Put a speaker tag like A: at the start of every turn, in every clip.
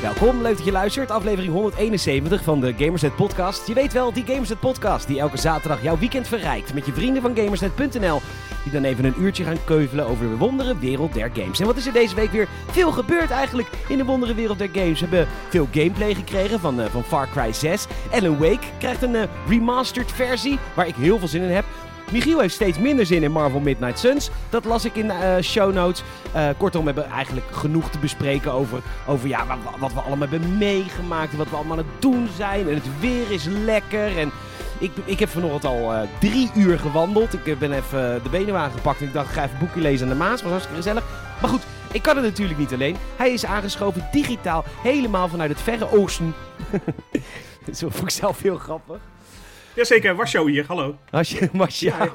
A: Welkom, leuk dat je luistert. Aflevering 171 van de Gamersnet Podcast. Je weet wel, die Gamersnet Podcast die elke zaterdag jouw weekend verrijkt met je vrienden van Gamersnet.nl. Die dan even een uurtje gaan keuvelen over de wondere wereld der games. En wat is er deze week weer veel gebeurd eigenlijk in de wondere wereld der games? We hebben veel gameplay gekregen van, eh, van Far Cry 6. Alan Wake krijgt een eh, remastered versie waar ik heel veel zin in heb. Michiel heeft steeds minder zin in Marvel Midnight Suns. Dat las ik in de eh, show notes. Eh, kortom, we hebben eigenlijk genoeg te bespreken over, over ja, wat, wat we allemaal hebben meegemaakt. En wat we allemaal aan het doen zijn. En het weer is lekker. En ik, ik heb vanochtend al eh, drie uur gewandeld. Ik eh, ben even de benen aangepakt. En ik dacht, ik ga even een boekje lezen aan de Maas. was hartstikke gezellig. Maar goed, ik kan het natuurlijk niet alleen. Hij is aangeschoven digitaal. Helemaal vanuit het verre oosten. Dat vond ik zelf heel grappig.
B: Jazeker, Warschau hier, hallo.
A: Als je, als jou.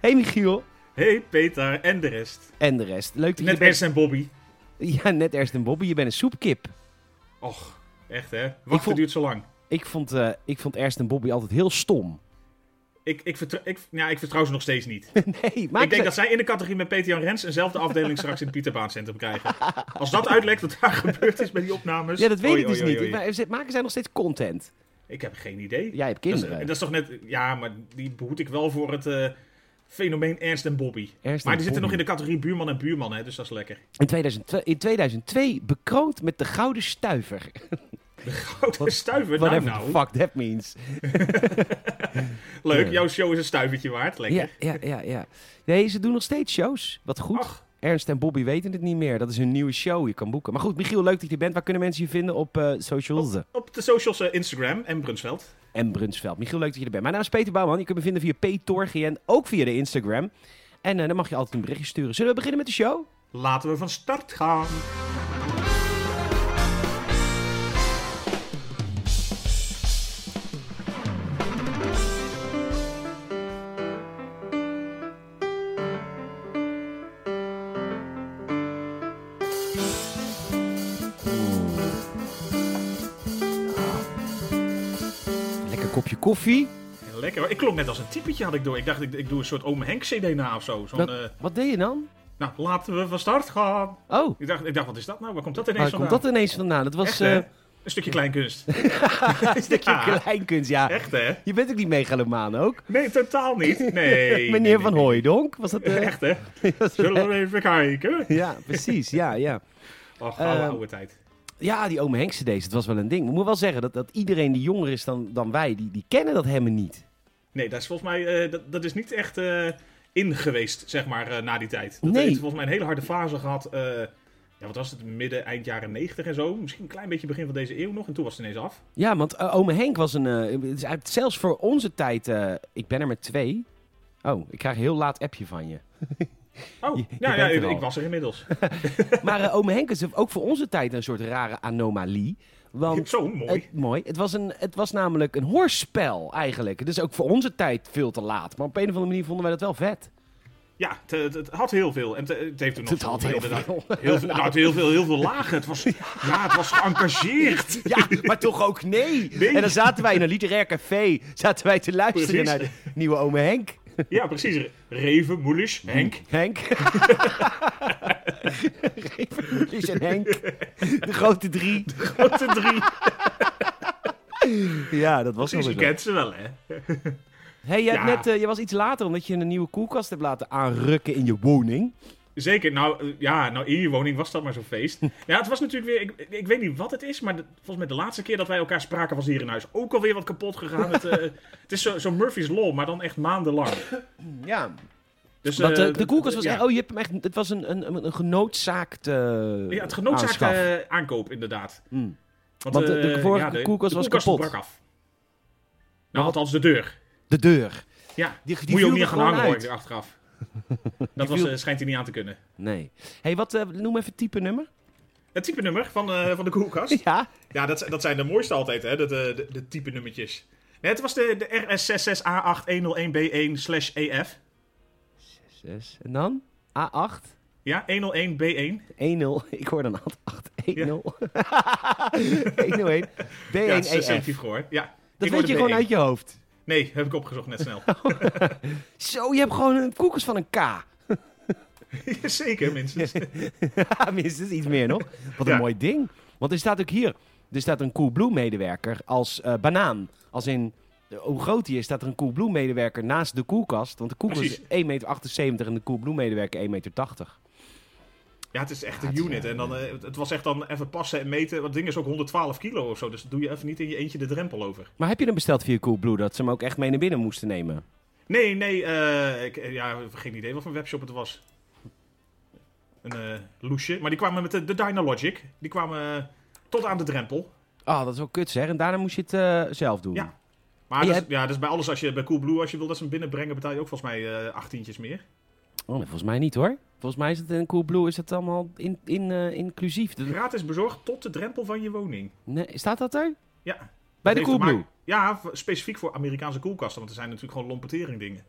A: Hey Michiel.
B: Hey Peter en de rest.
A: En de rest. Leuk dat je
B: Net
A: bent.
B: Ernst en Bobby.
A: Ja, net Ernst en Bobby. Je bent een soepkip.
B: Och, echt hè. Wachten
A: vond-
B: duurt zo lang.
A: Ik vond, eh, ik vond Ernst en Bobby altijd heel stom.
B: Ik, ik, vertrouw, ik, ja, ik vertrouw ze nog steeds niet.
A: Nee, maar
B: ik denk dat zij in de categorie met Peter Jan Rens eenzelfde afdeling straks in het Pieterbaancentrum krijgen. Als dat uitlekt wat daar gebeurd is bij die opnames.
A: Ja, dat weet
B: Oei,
A: ik dus
B: oei, oei,
A: niet.
B: oei.
A: Maar ze- Maken zij nog steeds content?
B: Ik heb geen idee.
A: Jij hebt
B: Dat is-
A: kinderen.
B: Dat is toch net... Ja, maar die behoed ik wel voor het eh, fenomeen Ernst en Bobby.
A: Ernst
B: maar
A: en
B: die zitten nog
A: Bobby.
B: in de categorie buurman en buurman, hè, dus dat is lekker.
A: in, 2002, in 2002 bekroond met de Gouden Stuiver.
B: Grote stuiver, nou
A: Whatever
B: nou.
A: the fuck eh. that means.
B: Leuk,
A: Ja.
B: jouw show is een stuivertje waard, lekker.
A: Ja, ja, ja, ja. Nee, ze doen nog steeds shows. Wat goed.
B: Ach.
A: Ernst en Bobby weten het niet meer. Dat is hun nieuwe show. Je kan boeken. Maar goed, Michiel, leuk dat je er bent. Waar kunnen mensen je vinden op eh socials?
B: Op de socials eh, Instagram en Brunsveld.
A: en Brunsveld. Michiel, leuk dat je er bent. Mijn naam is Peter Bouwman. Je kunt me vinden via PTORGN, ook via de Instagram. En eh, dan mag je altijd een berichtje sturen. Zullen we beginnen met de show?
B: Laten we van start gaan.
A: Lekker kopje koffie.
B: En Lekker hoor. Ik klonk net als een typetje had ik door. Ik dacht ik, ik doe een soort Ome Henk CD na of zo. Zo'n,
A: Wat,
B: eh,
A: wat deed je dan?
B: nou, laten we van start gaan.
A: Oh,
B: Ik dacht, ik dacht, wat is dat nou? Waar komt dat ineens
A: waar komt
B: vandaan?
A: dat ineens vandaan? Dat was
B: Echt,
A: eh
B: hè? Een stukje kleinkunst.
A: een stukje
B: Ja.
A: kleinkunst, ja.
B: Echt hè?
A: Je bent ook niet megalomaan ook.
B: Nee, totaal niet. Nee. nee,
A: Meneer
B: nee,
A: Van
B: nee.
A: Hooijdonk, was dat... eh?
B: Echt hè? Zullen we even kijken?
A: ja, precies, ja, ja.
B: Och, oude,
A: Eh,
B: oude tijd.
A: Ja, die ome Henk CD's, het was wel een ding. Ik moet wel zeggen dat, dat iedereen die jonger is dan, dan wij, die, die kennen dat helemaal niet.
B: Nee, dat is volgens mij eh, dat, dat is niet echt eh, in geweest, zeg maar, eh, na die tijd. Dat
A: Nee.
B: heeft volgens mij een hele harde fase gehad. eh, ja, wat was het? Midden, eind jaren 90 en zo. Misschien een klein beetje begin van deze eeuw nog. En toen was het ineens af.
A: Ja, want eh, ome Henk was een. eh, het is eigenlijk zelfs voor onze tijd. eh, ik ben er met twee. Oh, ik krijg een heel laat appje van je.
B: Oh,
A: Je- je
B: ja, ja,
A: bent er
B: ik,
A: al.
B: ik was er inmiddels.
A: Maar eh ome Henk is ook voor onze tijd een soort rare anomalie. Want.
B: zo mooi.
A: Het, mooi. Het was, een, het was namelijk een hoorspel eigenlijk. Dus ook voor onze tijd veel te laat. Maar op een of andere manier vonden wij dat wel vet.
B: Ja, het, het, het had heel veel. En het, het heeft toen nog
A: Het had heel
B: inderdaad
A: veel.
B: Heel veel, nou, het heel veel, heel veel lagen. Het was, ja. het was geëngageerd.
A: Ja, maar toch ook nee.
B: Nee.
A: En dan zaten wij in een literair café. Zaten wij te luisteren
B: Precies.
A: naar de nieuwe ome Henk.
B: Ja, precies. Reven, Moelisch, Henk.
A: Henk. Lies en Henk. De grote drie.
B: Grote drie.
A: Ja, dat was wel
B: Precies, je
A: weer zo.
B: kent ze wel, hè?
A: Hey, jij, hebt
B: Ja.
A: net, eh, jij was iets later omdat je een nieuwe koelkast hebt laten aanrukken in je woning.
B: Zeker, nou eh, ja, nou in je woning was dat maar zo'n feest. Ja, het was natuurlijk weer, ik, ik weet niet wat het is, maar de- volgens mij de laatste keer dat wij elkaar spraken was hier in huis ook alweer wat kapot gegaan. Het, eh, het is zo- zo'n Murphy's Law, maar dan echt maandenlang.
A: Ja.
B: Dus,
A: Want
B: eh,
A: eh, de koelkast was
B: ja.
A: echt... Oh, je hebt hem echt... Het was een, een, een- een genoodzaakt eh
B: Ja, het genoodzaakt
A: aanschaf.
B: eh, aankoop, inderdaad.
A: Hmm. Want de- de
B: eh,
A: vorige koelkast was kapot.
B: brak af. Nou, althans de deur.
A: De deur.
B: Ja,
A: Die, die
B: moet je
A: viel
B: ook niet
A: er
B: aan gaan
A: gewoon
B: hangen
A: uit.
B: hoor, die achteraf. Dat was,
A: viel-
B: eh, schijnt hij niet aan te kunnen.
A: Nee. hey, wat... eh, noem even type nummer.
B: Het type nummer van, eh, van de koelkast.
A: Ja.
B: Ja, dat, dat zijn de mooiste altijd, hè? De, de, de, de type nummertjes. Nee, het was de, de RS66A8101B1 slash E EF.
A: Zes. En dan? A8.
B: Ja, 101B1.
A: 1-0. Ik hoor dan 8. 1-0. 1-0-1.
B: Ja.
A: B1
B: Ja, het is een
A: EF.
B: safety gehoord. Ja,
A: E Dat
B: ik hoorde
A: weet je gewoon
B: B1.
A: uit je hoofd.
B: Nee, heb ik opgezocht net snel.
A: Zo, je hebt gewoon een koelkast van een K.
B: Zeker, minstens.
A: Minstens iets meer nog. Wat een
B: Ja.
A: mooi ding. Want er staat ook hier, er staat een Coolblue-medewerker als eh, banaan. Als in, eh, hoe groot die is, staat er een Coolblue-medewerker naast de koelkast. Want de koelkast
B: Precies.
A: is 1,78 meter en de Coolblue-medewerker 1,80 meter.
B: Ja, het is echt
A: Ja,
B: een
A: het is,
B: unit.
A: eh,
B: En dan, eh, het- het was echt dan even passen en meten. Want het ding is ook 112 kilo of zo. Dus dat doe je even niet in je eentje de drempel over.
A: Maar heb je dan besteld via Coolblue dat ze hem ook echt mee naar binnen moesten nemen?
B: Nee, nee. eh, ik, eh, ja, geen idee wat voor webshop het was. Een eh loesje. Maar die kwamen met de, de Dynalogic. Die kwamen eh, tot aan de drempel.
A: Ah, dat is wel kut zeg. En daarna moest je het eh, zelf doen.
B: Ja. Maar
A: En je
B: dat, is-
A: hebt-
B: ja, dat is bij alles. Als je bij Coolblue, als je wil dat ze hem binnenbrengen, betaal je ook volgens mij eh 18'tjes meer.
A: Oh, nee, volgens mij niet hoor. Volgens mij is het in Coolblue is het allemaal in, in, eh, inclusief. Dat-
B: Gratis bezorgd tot de drempel van je woning.
A: nee, staat dat er? Bij
B: Ja. Dat
A: de
B: heeft te
A: Coolblue?
B: maken- Ja, v- specifiek voor Amerikaanse koelkasten. Want er zijn natuurlijk gewoon lompetering dingen.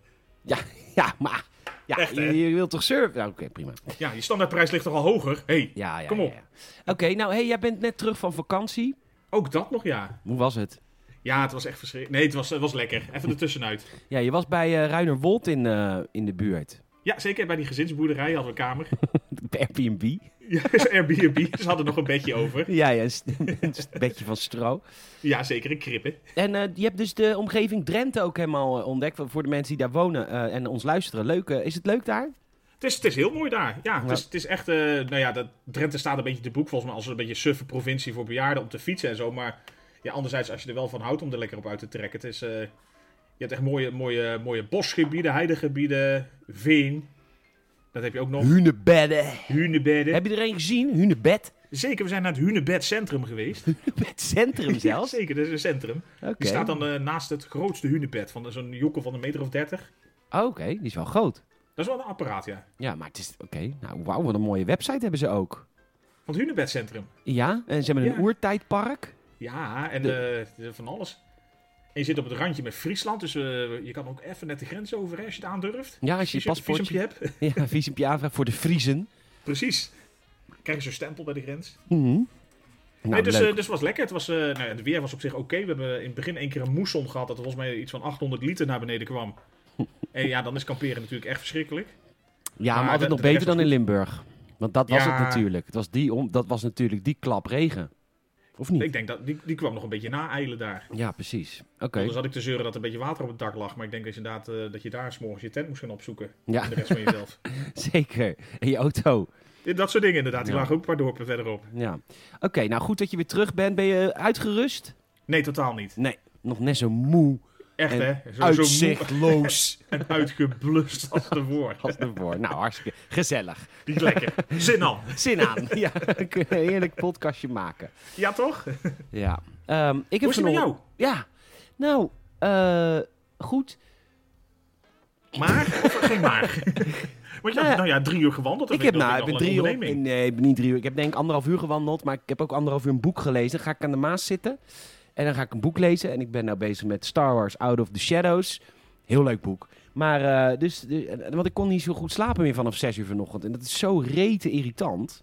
A: Ja, maar ja,
B: Echt, hè?
A: je, je wilt toch surfen? Ja, Oké, prima.
B: Ja, je standaardprijs ligt toch al hoger? hey,
A: Ja, ja,
B: Kom op.
A: ja, ja. Oké, nou hey, jij bent net terug van vakantie.
B: ook dat nog ja.
A: Hoe was het?
B: Ja, het was echt verschrikkelijk. Nee, het was, het was lekker. Even ertussenuit.
A: Ja, je was bij eh Ruinerwold in, eh, in de buurt.
B: Ja, zeker bij die gezinsboerderij hadden we een kamer.
A: Bij Airbnb.
B: Ja, is Airbnb, ze hadden nog een bedje over.
A: Ja, ja, een, st- een st- bedje van stro.
B: Ja, zeker, een krippen.
A: En eh, je hebt dus de omgeving Drenthe ook helemaal eh, ontdekt. Voor- Voor de mensen die daar wonen eh, en ons luisteren. Leuk, eh, is het leuk daar?
B: Het is, het is heel mooi daar. Ja, het
A: Ja.
B: is, het is echt... eh, nou ja, dat, Drenthe staat een beetje te boek volgens mij als een beetje suffe provincie voor bejaarden om te fietsen en zo. Maar ja, anderzijds, als je er wel van houdt om er lekker op uit te trekken. Het is... eh, je hebt echt mooie, mooie, mooie bosgebieden, heidegebieden, veen. Dat heb je ook nog.
A: Hunebedden.
B: Hunebedden.
A: Heb je er een gezien? Hunebed?
B: Zeker, we zijn naar het Hunebed Centrum geweest.
A: Hunebed centrum
B: Ja,
A: zelfs?
B: zeker, dat is een centrum.
A: Oké,
B: Die staat dan eh, naast het grootste hunebed van zo'n joekel van een meter of dertig.
A: Oh, oké, die is wel groot.
B: Dat is wel een apparaat, ja.
A: Ja, maar het is... Oké, nou wauw, wat een mooie website hebben ze ook.
B: Van het hunebedcentrum.
A: Ja, en ze hebben een
B: Ja.
A: oertijdpark.
B: Ja, en eh, van alles. En je zit op het randje met Friesland, dus eh, je kan ook even net de grens over hè, als je het aandurft.
A: Ja, als je je
B: Visum-
A: paspoortje...
B: visumpje hebt.
A: Ja, een visumpje aanvraagt voor de Vriezen. Mhm.
B: Precies. Krijg je zo'n stempel bij de grens.
A: Nou,
B: nee, dus
A: leuk.
B: eh, dus het was lekker. Het was, eh, nou ja, het weer was op zich oké. We hebben in het begin één keer een moesson gehad dat er volgens mij iets van 800 liter naar beneden kwam. en ja, dan is kamperen natuurlijk echt verschrikkelijk.
A: ja, maar
B: maar
A: altijd
B: de-
A: nog
B: de
A: beter
B: rest
A: dan
B: was
A: in Limburg. Want dat was
B: Ja.
A: het natuurlijk. Het was die om, dat was natuurlijk die klap regen. Of niet?
B: Ik denk dat die, die kwam nog een beetje na-eilen daar.
A: Ja, precies. Oké.
B: Anders had ik te zeuren dat er een beetje water op het dak lag. Maar ik denk dat je, inderdaad, eh, dat je daar s'morgens je tent moest gaan opzoeken.
A: Ja,
B: En de rest van jezelf.
A: zeker. En je auto.
B: Ja, dat soort dingen inderdaad. Die
A: Ja.
B: lagen ook een paar dorpen verderop.
A: Ja. Oké, nou goed dat je weer terug bent. Ben je uitgerust?
B: Nee, totaal niet.
A: Nee, nog net zo moe.
B: Echt
A: En
B: hè? Zo, zo moe
A: uitzichtloos.
B: en uitgeblust als ervoor.
A: Als ervoor. Nou, hartstikke gezellig.
B: Niet lekker. Zin al.
A: Zin aan. Ja, we kunnen een heerlijk podcastje maken.
B: Ja toch?
A: Ja. Ehm, ik heb
B: Hoe is het met
A: vanochtend-
B: jou?
A: Ja. Nou, eh, goed.
B: Maar? Of geen maar? Want je
A: Nou ja.
B: had, nou ja, drie uur gewandeld. Dat
A: ik heb
B: vind
A: nou, ik
B: nog
A: ben
B: wel een
A: drie uur.
B: onderneming.
A: Nee, ik ben niet drie uur. Ik heb denk ik anderhalf uur gewandeld, maar ik heb ook anderhalf uur een boek gelezen. Dan ga ik aan de Maas zitten en dan ga ik een boek lezen. En ik ben nou bezig met Star Wars Out of the Shadows. Heel leuk boek. Maar, eh, dus, de- want ik kon niet zo goed slapen meer vanaf zes uur vanochtend. En dat is zo rete irritant.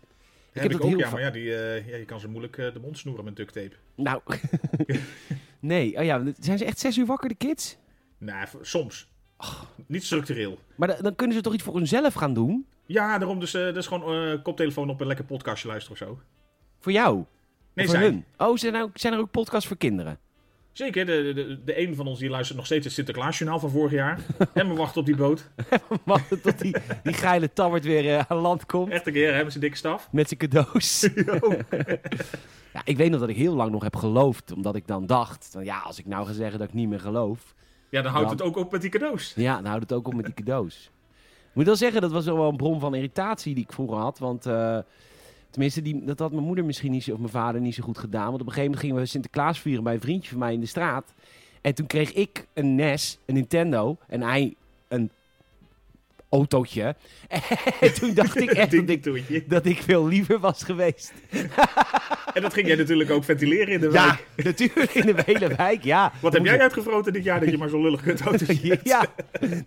B: heb,
A: heb
B: ik
A: dat
B: ook,
A: heel
B: ja.
A: vaak.
B: Maar ja, die, eh, ja, je kan ze moeilijk eh, de mond snoeren met duct tape.
A: Nou, nee. Oh ja, zijn ze echt zes uur wakker, de kids?
B: Nou, v- soms. Niet structureel.
A: Maar dan, dan kunnen ze toch iets voor hunzelf gaan doen?
B: Ja, daarom dus, eh dus gewoon eh, koptelefoon op en lekker podcastje luisteren of zo.
A: Voor jou?
B: Nee,
A: Of voor
B: zijn.
A: hun? Oh, zijn er, ook, zijn er ook podcasts voor kinderen?
B: Zeker, de, de, de een van ons die luistert nog steeds het Sinterklaasjournaal van vorig jaar. en we wachten op die boot.
A: Wachten tot die, die geile tabbert weer eh, aan land komt.
B: Echt een keer hebben ze dikke staf.
A: Met zijn cadeaus. ja, ik weet nog dat ik heel lang nog heb geloofd. Omdat ik dan dacht, van, ja, als ik nou ga zeggen dat ik niet meer geloof.
B: Ja, dan houdt
A: Dan-
B: het ook op met die cadeaus.
A: Ja, dan houdt het ook op met die cadeaus. Ik moet wel zeggen, dat was wel een bron van irritatie die ik vroeger had. Want eh, tenminste, die, dat had mijn moeder misschien niet zo, of mijn vader niet zo goed gedaan. Want op een gegeven moment gingen we Sinterklaas vieren bij een vriendje van mij in de straat. En toen kreeg ik een NES, een Nintendo, en hij een autootje. En toen dacht ik echt dat ik,
B: toetje.
A: dat ik veel liever was geweest.
B: En dat ging jij natuurlijk ook ventileren in de
A: Ja,
B: wijk.
A: natuurlijk in de hele wijk, ja.
B: Wat heb jij uitgevroten dit jaar dat je maar zo lullig kunt houden?
A: Ja,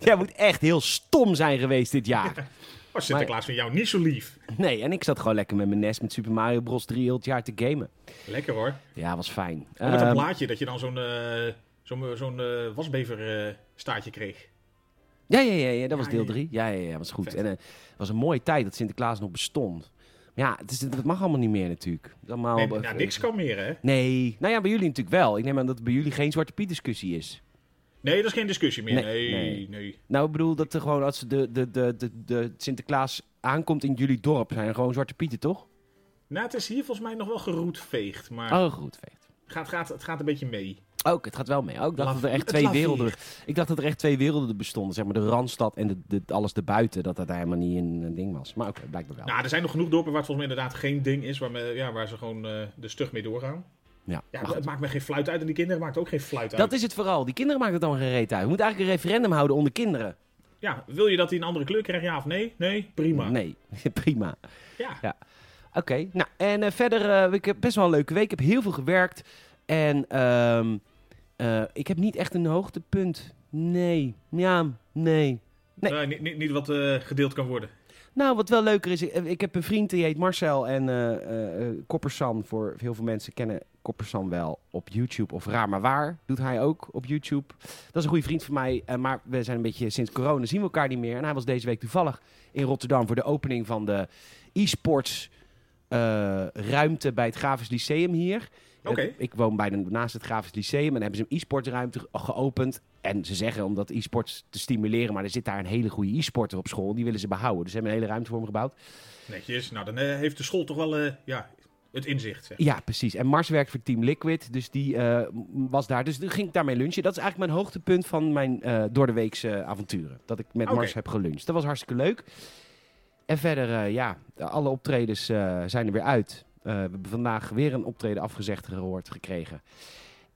A: jij moet echt heel stom zijn geweest dit jaar.
B: Was Oh, Sinterklaas van jou niet zo lief.
A: Nee, en ik zat gewoon lekker met mijn nest met Super Mario Bros. 3 heel het jaar te gamen.
B: Lekker hoor.
A: Ja, was fijn.
B: Ook Oh, met dat
A: Ehm,
B: plaatje dat je dan zo'n eh, zo'n zo'n eh, wasbever eh, staartje kreeg.
A: Oh, ja, ja, ja, ja, dat was
B: Ja,
A: deel
B: Ah, ja.
A: 3. Ja, ja, ja, was goed.
B: Vet.
A: En eh, het was een mooie tijd dat Sinterklaas nog bestond. Maar ja, het is, dat mag allemaal niet meer natuurlijk. Allemaal, eh,
B: Nee, nou, niks kan meer, hè?
A: Nee. nou ja, bij jullie natuurlijk wel. Ik neem aan dat er bij jullie geen Zwarte Piet discussie is.
B: Nee, dat is geen discussie meer.
A: Nee,
B: Nee, nee.
A: nee. Nou, ik bedoel dat er gewoon als de, de, de, de, de Sinterklaas aankomt in jullie dorp, zijn er gewoon Zwarte Pieten, toch?
B: Nou, het is hier volgens mij nog wel geroetveegd, maar
A: Oh, goed. Veegt.
B: gaat, gaat, het gaat een beetje mee.
A: Ook, het gaat wel mee. Ook, ik dacht
B: Laf-
A: dat er echt
B: het
A: twee
B: laveert.
A: werelden. Ik dacht dat er echt twee werelden bestonden. Zeg maar de Randstad en de, de, alles erbuiten. Dat dat daar helemaal niet een, een ding was. Maar oké, blijkbaar wel.
B: Nou, er zijn nog genoeg dorpen waar het volgens mij inderdaad geen ding is, waar, me, ja, waar ze gewoon eh, de stug mee doorgaan.
A: ja.
B: Ja,
A: maar
B: het
A: goed.
B: maakt me geen fluit uit en die kinderen maakt ook geen fluit uit.
A: Dat is het vooral. Die kinderen maken het dan geen reet uit. We moeten eigenlijk een referendum houden onder kinderen.
B: Ja, wil je dat hij een andere kleur krijgt, ja of nee? Nee, prima.
A: Nee, prima.
B: Ja.
A: Ja. Oké, nou en eh, verder, eh, ik heb best wel een leuke week. Ik heb heel veel gewerkt en ehm, eh, ik heb niet echt een hoogtepunt. Nee, ja, nee. Nee.
B: Eh, niet, niet, niet wat eh, gedeeld kan worden.
A: Nou, wat wel leuker is, ik, eh, ik heb een vriend die heet Marcel en eh, eh, eh, Koppersan. Voor heel veel mensen kennen Koppersan wel op YouTube of Raar maar Waar doet hij ook op YouTube. Dat is een goede vriend van mij, eh, maar we zijn een beetje sinds corona zien we elkaar niet meer. En hij was deze week toevallig in Rotterdam voor de opening van de e-sports eh, ruimte bij het Grafisch Lyceum hier.
B: Oké.
A: Eh, Ik woon bijna naast het Grafisch Lyceum en daar hebben ze een e-sports ruimte ge- geopend. En ze zeggen om dat e-sports te stimuleren, maar er zit daar een hele goede e-sporter op school. Die willen ze behouden. Dus ze hebben een hele ruimte voor hem gebouwd.
B: Netjes. Nou, dan eh, heeft de school toch wel eh, ja, het inzicht. Zeg.
A: Ja, precies. En Mars werkt voor Team Liquid, dus die eh, m- was daar. Dus toen ging ik daarmee lunchen. Dat is eigenlijk mijn hoogtepunt van mijn eh doordeweekse avonturen. Dat ik met
B: Oké.
A: Mars heb geluncht. Dat was hartstikke leuk. En verder, eh, ja, alle optredens eh, zijn er weer uit. Eh, we hebben vandaag weer een optreden afgezegd gehoord gekregen.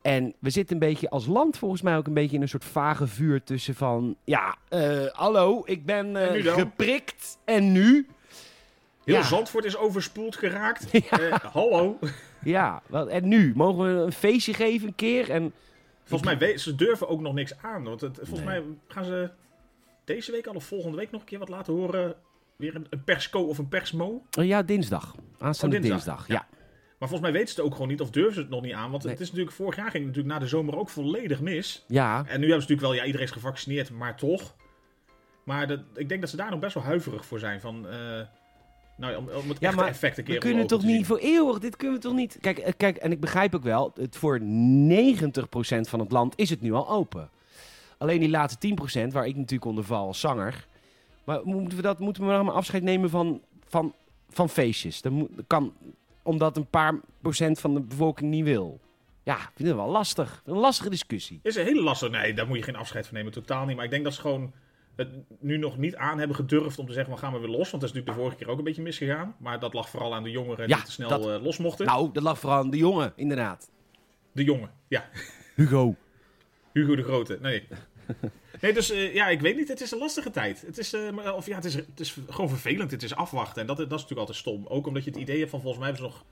A: En we zitten een beetje als land volgens mij ook een beetje in een soort vage vuur tussen van... Ja, eh, hallo, ik ben eh,
B: En nu dan?
A: geprikt en nu?
B: Heel
A: Ja.
B: Zandvoort is overspoeld geraakt. Eh, hallo.
A: Ja, wat, en nu? Mogen we een feestje geven een keer? En
B: Volgens mij we- ze durven ook nog niks aan. Want het, volgens
A: Nee.
B: mij gaan ze deze week al of volgende week nog een keer wat laten horen. Weer een, een persco of een persmo.
A: Eh, Ja, dinsdag. Aanstaande
B: Oh,
A: dinsdag.
B: dinsdag.
A: Ja.
B: Maar volgens mij weten ze het ook gewoon niet of durven ze het nog niet aan. Want
A: Nee.
B: het is natuurlijk, vorig jaar ging het natuurlijk na de zomer ook volledig mis.
A: Ja.
B: En nu hebben ze natuurlijk wel, ja, iedereen is gevaccineerd, maar toch. Maar dat, ik denk dat ze daar nog best wel huiverig voor zijn. Van, eh, nou ja, om, om het
A: Ja,
B: echte
A: maar
B: effect een keer
A: We
B: onder
A: kunnen
B: ogen
A: toch
B: te zien.
A: niet voor eeuwig, dit kunnen we toch niet. Kijk, eh, kijk en ik begrijp ook wel, het voor 90% van het land is het nu al open. Alleen die laatste 10%, waar ik natuurlijk onder val als zanger. Maar moeten we, dat, moeten we nou maar afscheid nemen van, van, van feestjes? Dat moet- dat kan omdat een paar procent van de bevolking niet wil. Ja, ik vind het wel lastig. Een lastige discussie.
B: Is een hele lastig. Nee, daar moet je geen afscheid van nemen. Totaal niet. Maar ik denk dat ze gewoon het nu nog niet aan hebben gedurfd om te zeggen: we gaan we weer los. Want dat is natuurlijk de vorige keer ook een beetje misgegaan. Maar dat lag vooral aan de jongeren
A: Ja,
B: die te snel
A: dat-
B: eh, los mochten.
A: Nou, dat lag vooral aan de jongen, inderdaad.
B: De jongen, ja.
A: Hugo.
B: Hugo de Grote. Nee. Nee, dus eh, ja, ik weet niet. Het is een lastige tijd. Het is, eh, maar- of ja, het is, het is gewoon vervelend. Het is afwachten. En dat, dat is natuurlijk altijd stom. Ook omdat je het idee hebt van volgens mij hebben ze nog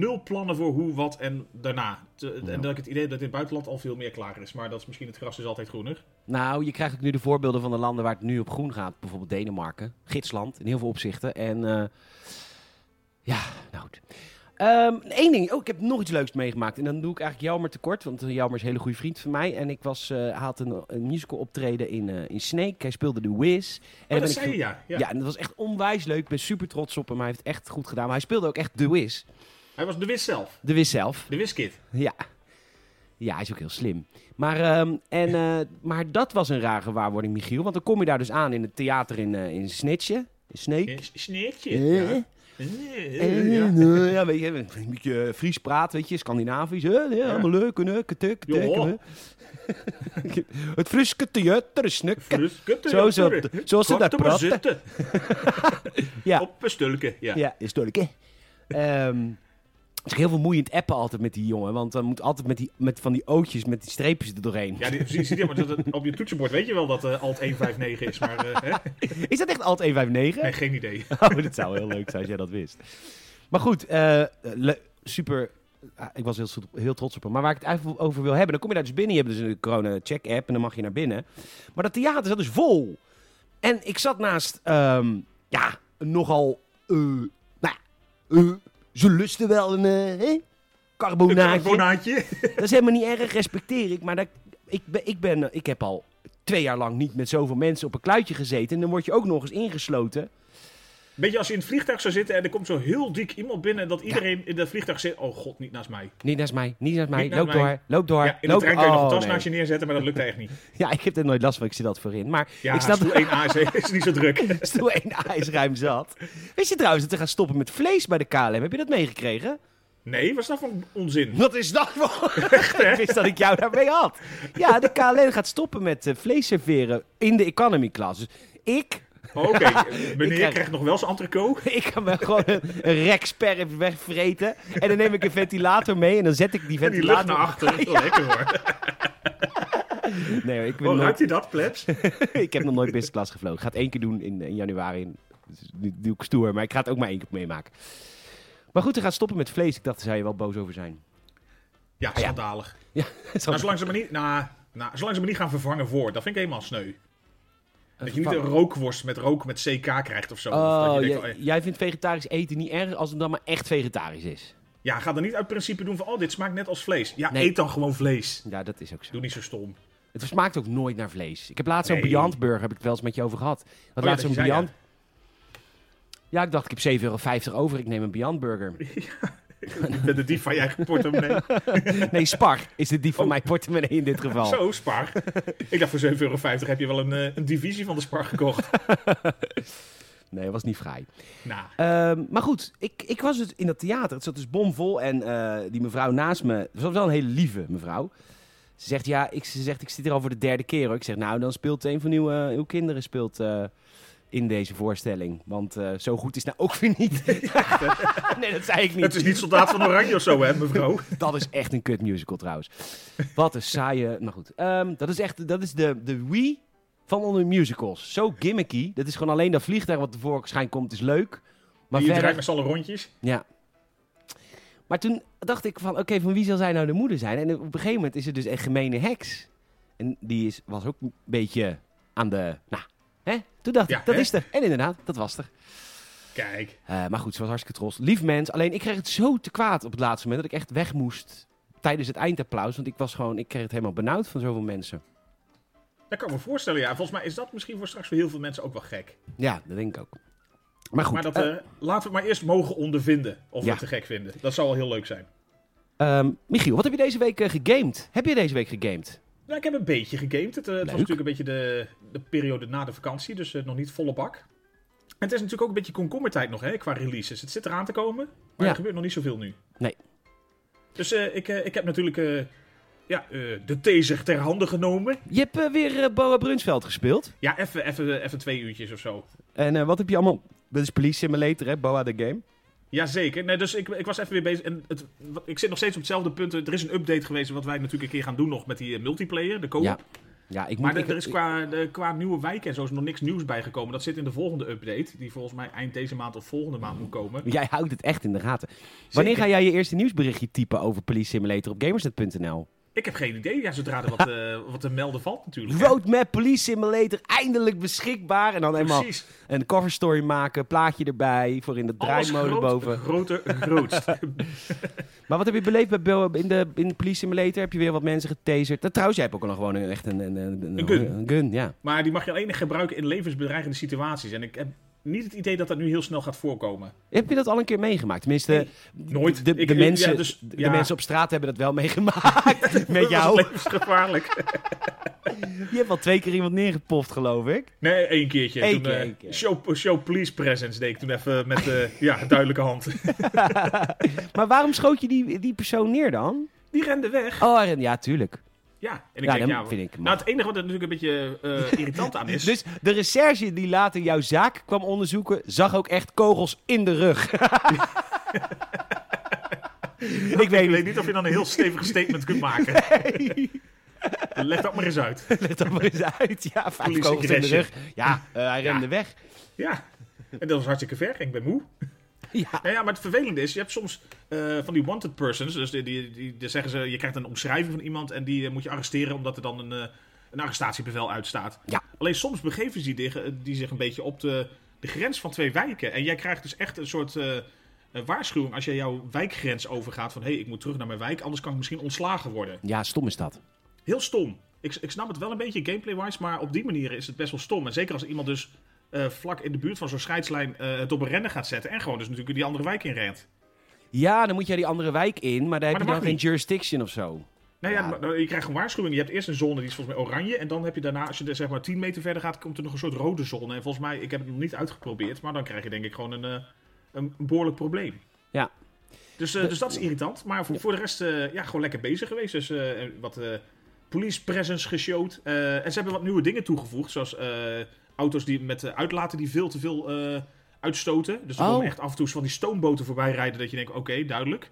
B: nul plannen voor hoe, wat en daarna. Te-
A: Ja.
B: En dat ik het idee heb dat in het buitenland al veel meer klaar is. Maar dat is misschien het gras is altijd groener.
A: Nou, je krijgt ook nu de voorbeelden van de landen waar het nu op groen gaat. Bijvoorbeeld Denemarken, Gidsland, in heel veel opzichten. En eh, ja, nou goed. Eén ding, oh, ik heb nog iets leuks meegemaakt. En dan doe ik eigenlijk Jelmer tekort, want eh, Jelmer is een hele goede vriend van mij. En ik was, eh, hij had een, een musical optreden in, eh, in Snake. Hij speelde de Wiz. En
B: Maar
A: dan
B: dat
A: ben ik
B: zei je, ja. ja.
A: ja. en dat was echt onwijs leuk. Ik ben super trots op hem. Hij heeft het echt goed gedaan. Maar hij speelde ook echt de Wiz.
B: Hij was de wis zelf.
A: De Wiz zelf.
B: De wiskid.
A: Ja. Ja, hij is ook heel slim. Maar, ehm, en, eh, maar dat was een rare gewaarwording, Michiel. Want dan kom je daar dus aan in het theater in, eh in Snitje. In Snake.
B: Een sneertje.
A: Eh?
B: Ja.
A: Eh,
B: Eh, ja.
A: eh, ja, weet je, een beetje eh, Fries praat, weet je, Scandinavisch. Eh, ja, allemaal leuk. en, eh, kete, kete,
B: Joh.
A: kete. Het Friske theater, snukken.
B: Frus, kutte,
A: Zo ze-
B: kutte.
A: zo ze
B: Kom
A: daar
B: te maar
A: praten.
B: zitten.
A: Ja.
B: Op een stulke, ja.
A: Ja, is duidelijk. hè. Ehm, het is heel vermoeiend appen altijd met die jongen. Want dan moet altijd met, die, met van die ootjes, met die streepjes er doorheen.
B: Ja, die, zie, zie je, maar dat, het- op je toetsenbord weet je wel dat eh, Alt 159 is, maar eh, hè?
A: Is dat echt Alt 159?
B: Nee, geen idee.
A: Oh, dat zou heel leuk zijn als jij dat wist. Maar goed, eh, le- super. ah, ik was heel, soet- heel trots op hem. Maar waar ik het eigenlijk over wil hebben, dan kom je daar dus binnen. Je hebt dus een corona-check-app en dan mag je naar binnen. Maar dat theater zat dus vol. En ik zat naast, ehm, ja, een nogal, eh, nou ja, eh, ze lusten wel een eh, hè,
B: Een
A: carbonaatje.
B: bonaatje.
A: Dat is helemaal niet erg, respecteer ik. Maar dat, ik, ben, ik, ben, eh, ik heb al twee jaar lang niet met zoveel mensen op een kluitje gezeten. En dan word je ook nog eens ingesloten.
B: Beetje als je in het vliegtuig zou zitten en er komt zo heel dik iemand binnen dat iedereen in dat vliegtuig zit. Oh god, niet naast mij.
A: Niet naast mij, niet naast mij.
B: Niet naast
A: loop
B: mij.
A: door, loop door.
B: Ja, in de
A: loop...
B: trein kun je nog
A: Oh,
B: een tas
A: nee.
B: naast je neerzetten, maar dat lukt echt niet.
A: Ja, ik heb er nooit last van, ik zit altijd voorin. Maar
B: Ja,
A: ik snap
B: stoel 1A is, eh, is niet zo druk.
A: stoel 1A is ruim zat. Wist je trouwens dat we gaan stoppen met vlees bij de KLM? Heb je dat meegekregen?
B: Nee, wat is dat voor onzin?
A: Wat is dat voor... ik wist dat ik jou daarmee had. Ja, de KLM gaat stoppen met eh, vlees serveren in de economy class. Dus ik,
B: Oh, Oké, meneer
A: krijg-
B: krijgt nog wel zijn entrecote.
A: ik ga me gewoon een, een reksper even wegvreten. En dan neem ik een ventilator mee en dan zet ik die
B: En die lucht naar
A: ventilator...
B: achter. Dat is wel lekker hoor.
A: Nee, ik, ben
B: Oh,
A: nooit,
B: ruikt u dat, plebs?
A: ik heb nog nooit business class gevlogen. Ik ga het één keer doen in, in januari. Dus nu doe ik stoer, maar ik ga het ook maar één keer meemaken. Maar goed, we gaan stoppen met vlees. Ik dacht, daar zou je wel boos over zijn.
B: Ja, schandalig.
A: Ja, zo-
B: Nou, zolang ze me niet, nou, nou, zolang ze me niet gaan vervangen voor, dat vind ik helemaal sneu. Dat je niet een
A: vervang-
B: rookworst met rook met CK krijgt of zo. Of dat
A: Oh,
B: Oh, je denkt,
A: jij-
B: van, eh,
A: jij vindt vegetarisch eten niet erg als het dan maar echt vegetarisch is.
B: ja, ga dan niet uit principe doen van, oh, dit smaakt net als vlees. Ja,
A: Nee.
B: eet dan gewoon vlees.
A: Ja, dat is ook zo.
B: Doe niet zo stom.
A: Het smaakt ook nooit naar vlees. Ik heb laatst zo'n
B: Nee.
A: Beyond Burger, heb ik het wel eens met je over gehad. Want
B: Oh, ja,
A: laatst
B: dat
A: zo'n
B: je zei,
A: Beyond... Ja. ik dacht, ik heb 7,50 euro over, ik neem een Beyond Burger.
B: Je bent de dief van je eigen portemonnee.
A: Nee, Spar is de dief van mijn portemonnee in dit geval.
B: Oh. Zo, Spar. Ik dacht, voor 7,50 euro heb je wel een, eh, een divisie van de Spar gekocht.
A: Nee, was niet vrij.
B: Nou,
A: Ehm, maar goed, ik, ik was dus in dat theater. Het zat dus bomvol. En eh, die mevrouw naast me, het was wel een hele lieve mevrouw. Ze zegt, ja, ik, ze zegt, ik zit hier al voor de derde keer hoor. Ik zeg, nou, dan speelt een van uw, eh, uw kinderen speelt, eh, in deze voorstelling. Want eh, zo goed is het nou ook weer niet. nee, dat zei ik niet.
B: het is niet Soldaat van Oranje of zo, hè, mevrouw?
A: Dat is echt een kut musical trouwens. Wat een saaie. Nou goed, Ehm, dat is echt dat is de, de Wii van onder musicals. Zo gimmicky. Dat is gewoon alleen dat vliegtuig wat tevoorschijn komt, is leuk. Maar
B: je
A: verder.
B: draait met z'n allen rondjes.
A: Ja. Maar toen dacht ik van, oké, van wie zal zij nou de moeder zijn? En op een gegeven moment is er dus een gemene heks. En die is, was ook een beetje aan de, nou, hè? Toen dacht
B: Ja,
A: ik, dat
B: hè?
A: is er. En inderdaad, dat was er.
B: Kijk,
A: Eh, maar goed, ze was hartstikke trots. Lief mens. Alleen ik kreeg het zo te kwaad op het laatste moment dat ik echt weg moest tijdens het eindapplaus. Want ik was gewoon, ik kreeg het helemaal benauwd van zoveel mensen.
B: dat kan ik me voorstellen, ja. Volgens mij is dat misschien voor straks voor heel veel mensen ook wel gek.
A: Ja, dat denk ik ook. Maar goed,
B: Maar dat,
A: eh,
B: eh, laten we het maar eerst mogen ondervinden. Of
A: Ja.
B: we het te gek vinden. Dat zou wel heel leuk zijn.
A: ehm, Michiel, wat heb je deze week eh, gegamed? Heb je deze week gegamed?
B: Nou, ik heb een beetje gegamed. Het, eh, het was
A: Leuk.
B: natuurlijk een beetje de, de periode na de vakantie. Dus eh, nog niet volle bak. En het is natuurlijk ook een beetje komkommertijd nog hè, qua releases. Het zit eraan te komen. Maar
A: Ja.
B: er gebeurt nog niet zoveel nu.
A: Nee.
B: Dus eh, ik, eh, ik heb natuurlijk eh, ja, eh, de taser ter handen genomen.
A: Je hebt eh, weer eh, Boa Brunsveld gespeeld.
B: Ja, even- even even twee uurtjes of zo.
A: En eh, wat heb je allemaal? Dat is Police Simulator, hè? Boa the Game.
B: Jazeker. Nee, dus ik, ik was even weer bezig. En het, ik zit nog steeds op hetzelfde punt. Er is een update geweest wat wij natuurlijk een keer gaan doen nog met die eh, multiplayer, de co-op.
A: Ja, Ja, ik moet...
B: Maar er-
A: ik-
B: er is qua, de- qua nieuwe wijk en zo is nog niks nieuws bijgekomen. Dat zit in de volgende update, die volgens mij eind deze maand of volgende maand moet komen.
A: Jij houdt het echt in de gaten. Wanneer ga jij je eerste nieuwsberichtje typen over Police Simulator op gamersnet.nl?
B: Ik heb geen idee, ja, zodra er wat, eh, wat te melden valt natuurlijk.
A: Roadmap Police Simulator, eindelijk beschikbaar. En dan helemaal
B: Precies,
A: een cover story maken, plaatje erbij voor in de
B: alles
A: draaimolen
B: groot,
A: boven.
B: groter, grootst.
A: Maar wat heb je beleefd bij Bill in de in Police Simulator? Heb je weer wat mensen getaserd? Dat, trouwens, jij hebt ook al gewoon een, echt een, een, een,
B: Een gun.
A: ja.
B: maar die mag je alleen gebruiken in levensbedreigende situaties. En ik heb niet het idee dat dat nu heel snel gaat voorkomen.
A: Heb je dat al een keer meegemaakt? Tenminste,
B: Nooit.
A: de, de,
B: Ik-
A: mensen,
B: ja, dus-
A: de
B: ja.
A: mensen op straat hebben dat wel meegemaakt. Met
B: Dat
A: jou.
B: was levensgevaarlijk.
A: Je hebt al twee keer iemand neergepoft, geloof ik.
B: Nee, één keertje.
A: Eén
B: toen,
A: keer,
B: eh,
A: één keer.
B: Show, show Please Presence deed ik toen even met eh, ja, duidelijke hand.
A: Maar waarom schoot je die, die persoon neer dan?
B: Die rende weg.
A: Oh, en- ja, tuurlijk.
B: Ja, en ik
A: Ja,
B: denk,
A: dat
B: ja,
A: vind ik.
B: Nou, het enige wat er natuurlijk een beetje eh, irritant aan is.
A: Dus de recherche die later jouw zaak kwam onderzoeken, zag ook echt kogels in de rug. ik
B: ik
A: weet
B: weet
A: niet.
B: niet of je dan een heel stevig statement kunt maken. Leg dat maar eens uit.
A: Let dat maar eens uit. Ja, vijf
B: Police
A: kogels in de rug.
B: agression.
A: Ja, eh, hij rende weg.
B: Ja. En dat was hartstikke ver. Ik ben moe.
A: Ja.
B: Nou ja, maar het vervelende is, je hebt soms eh, van die wanted persons. Dus die, die, die, die zeggen ze, je krijgt een omschrijving van iemand en die eh, moet je arresteren omdat er dan een, eh, een arrestatiebevel uitstaat.
A: Ja.
B: Alleen soms begeven ze die, dig- die zich een beetje op de, de grens van twee wijken. En jij krijgt dus echt een soort eh, een waarschuwing als jij jouw wijkgrens overgaat van hé, hey, ik moet terug naar mijn wijk, anders kan ik misschien ontslagen worden.
A: ja, stom is dat.
B: Heel stom. Ik, ik snap het wel een beetje gameplay-wise, maar op die manier is het best wel stom. En zeker als iemand dus eh, vlak in de buurt van zo'n scheidslijn eh, het op een rennen gaat zetten. En gewoon dus natuurlijk die andere wijk in rent.
A: Ja, dan moet jij die andere wijk in, maar daar
B: Maar
A: heb
B: dat
A: je dan
B: mag
A: geen
B: niet.
A: jurisdiction of zo.
B: Nou ja,
A: Ja.
B: maar- nou, je krijgt een waarschuwing. Je hebt eerst een zone die is volgens mij oranje. En dan heb je daarna, als je er zeg maar 10 meter verder gaat, komt er nog een soort rode zone. En volgens mij, ik heb het nog niet uitgeprobeerd. Maar dan krijg je denk ik gewoon een, eh, een behoorlijk probleem.
A: Ja.
B: Dus, eh, dus dat is irritant. Maar voor, voor de rest, eh, ja, gewoon lekker bezig geweest. Dus eh, wat eh, police presence geshowd. Eh, en ze hebben wat nieuwe dingen toegevoegd. Zoals eh, auto's die met eh, uitlaten die veel te veel eh, uitstoten. Dus er
A: Oh.
B: komen echt af en toe van die stoomboten voorbij rijden. Dat je denkt, oké, duidelijk.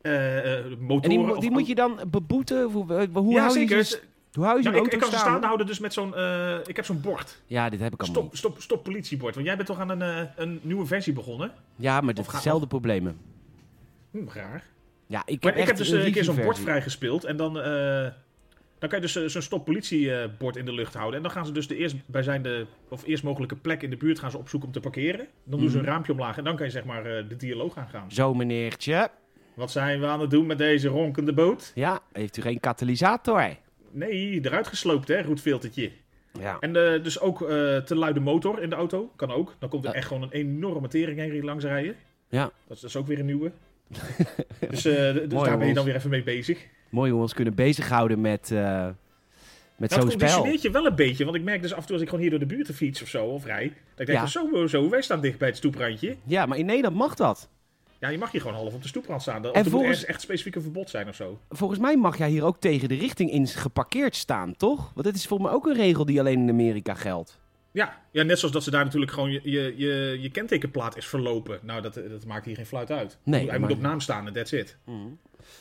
B: Eh, eh, motoren
A: En die, mo-
B: of
A: die
B: au-
A: moet je dan beboeten? Of Hoe, eh, hoe
B: ja,
A: hou je
B: zeker.
A: je- hoe hou je zo'n
B: Nou, ik,
A: auto
B: ik kan ze
A: staan?
B: staande houden dus met zo'n... eh, ik heb zo'n bord.
A: Ja, dit heb ik allemaal
B: Stop, stop, stop politiebord. Want jij bent toch aan een, eh, een nieuwe versie begonnen?
A: niet. Ja, maar dit
B: Of
A: is
B: ga-
A: dezelfde problemen.
B: Hm, raar.
A: Ja, ik heb,
B: Maar ik heb
A: echt
B: dus
A: een
B: eh, een keer zo'n bord
A: reviewversie.
B: vrijgespeeld. En dan, eh, dan kan je dus eh, zo'n stop politiebord in de lucht houden. En dan gaan ze dus de eerst, bijzijnde, of eerst mogelijke plek in de buurt gaan ze opzoeken om te parkeren. Dan doen ze
A: Mhm.
B: een raampje omlaag en dan kan je zeg maar eh, de dialoog aangaan.
A: Zo, meneertje.
B: Wat zijn we aan het doen met deze ronkende boot?
A: Ja, heeft u geen katalysator?
B: Nee, eruit gesloopt hè, roetfiltertje.
A: Ja.
B: En eh, dus ook eh, te luide motor in de auto. Kan ook. Dan komt er
A: Ja.
B: echt gewoon een enorme tering heen langs rijden.
A: ja.
B: Dat is, dat is ook weer een nieuwe. dus eh, d- dus
A: Mooi,
B: daar ben je
A: Hans.
B: dan weer even mee bezig. Nou,
A: Mooi hoe we ons kunnen bezighouden met, eh, met
B: Dat
A: zo'n spel.
B: conditioneert je wel een beetje. Want ik merk dus af en toe als ik gewoon hier door de buurt fiets of zo, of rij. Dat ik denk,
A: Ja.
B: zo, zo, wij staan dicht bij het stoeprandje.
A: Ja, maar in Nederland mag dat.
B: Ja, je mag hier gewoon half op de stoeprand staan. Dat,
A: En
B: en er moet
A: volgens-
B: ergens echt specifiek een verbod zijn of zo.
A: Volgens mij mag jij hier ook tegen de richting in geparkeerd staan, toch? Want dit is volgens mij ook een regel die alleen in Amerika geldt.
B: Ja. ja, net zoals dat ze daar natuurlijk gewoon je, je, je, je kentekenplaat is verlopen. Nou, dat, dat maakt hier geen fluit uit.
A: Nee,
B: Hij
A: maar-
B: moet op naam staan en that's it.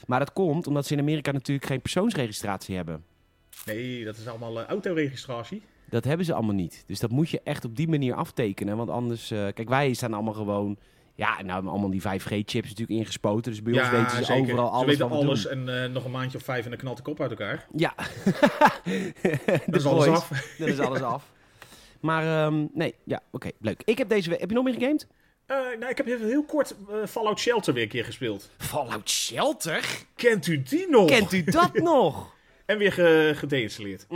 A: Maar dat komt omdat ze in Amerika natuurlijk geen persoonsregistratie hebben.
B: Nee, dat is allemaal eh, autoregistratie.
A: Dat hebben ze allemaal niet. Dus dat moet je echt op die manier aftekenen. Want anders, eh, kijk, wij staan allemaal gewoon. Ja, en nou hebben allemaal die 5G-chips natuurlijk ingespoten. Dus bij ons weten ze
B: zeker.
A: overal alles.
B: Ze weten
A: wat we
B: alles
A: doen.
B: en eh, nog een maandje of vijf en dan knalt de kop uit elkaar.
A: Ja,
B: Dat is alles
A: boys.
B: af.
A: dan is alles af. Maar ehm, nee, ja, oké, leuk. Ik heb deze. we- Heb je nog meer gegamed?
B: Eh, nou, ik heb heel, heel kort eh, Fallout Shelter weer een keer gespeeld.
A: Fallout Shelter?
B: Kent u die nog?
A: Kent u dat nog?
B: En weer ge- gedeinstalleerd.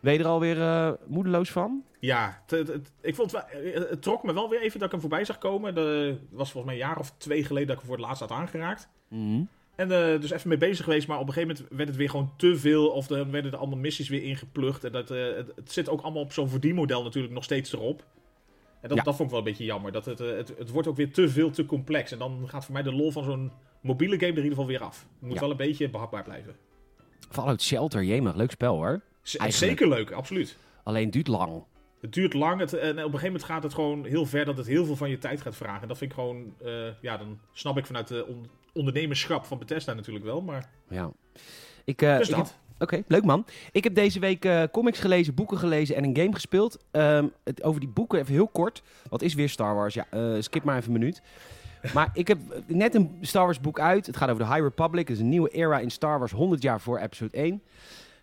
A: Ben je er alweer eh moedeloos van?
B: Ja, het, het- het- ik vond het, wel- eh, het trok me wel weer even dat ik hem voorbij zag komen. Dat was volgens mij een jaar of twee geleden dat ik hem voor het laatst had aangeraakt. En eh, dus even mee bezig geweest, maar op een gegeven moment werd het weer gewoon te veel. Of dan werden er allemaal missies weer ingeplucht. En dat, eh, het, het zit ook allemaal op zo'n verdienmodel natuurlijk nog steeds erop. En dat,
A: Ja.
B: dat vond ik wel een beetje jammer. Dat het, eh, het, het wordt ook weer te veel, te complex. En dan gaat voor mij de lol van zo'n mobiele game er in ieder geval weer af. Het moet
A: Ja.
B: wel een beetje behapbaar blijven.
A: Fallout Shelter, jemig, leuk spel hoor.
B: Z-
A: Eigenlijk.
B: Zeker leuk, absoluut.
A: Alleen duurt lang.
B: Het duurt lang het, en op een gegeven moment gaat het gewoon heel ver dat het heel veel van je tijd gaat vragen. En dat vind ik gewoon, eh, ja, dan snap ik vanuit de on- ondernemerschap van Bethesda natuurlijk wel. Maar
A: Ja. Ik, eh,
B: dus
A: ik heb-
B: dat.
A: Oké, leuk man. Ik heb deze week eh, comics gelezen, boeken gelezen en een game gespeeld. Ehm, het, over die boeken even heel kort. Wat is weer Star Wars? Ja, eh, skip maar even een minuut. Maar ik heb eh, net een Star Wars boek uit. Het gaat over de High Republic. Het is een nieuwe era in Star Wars, 100 jaar voor episode 1.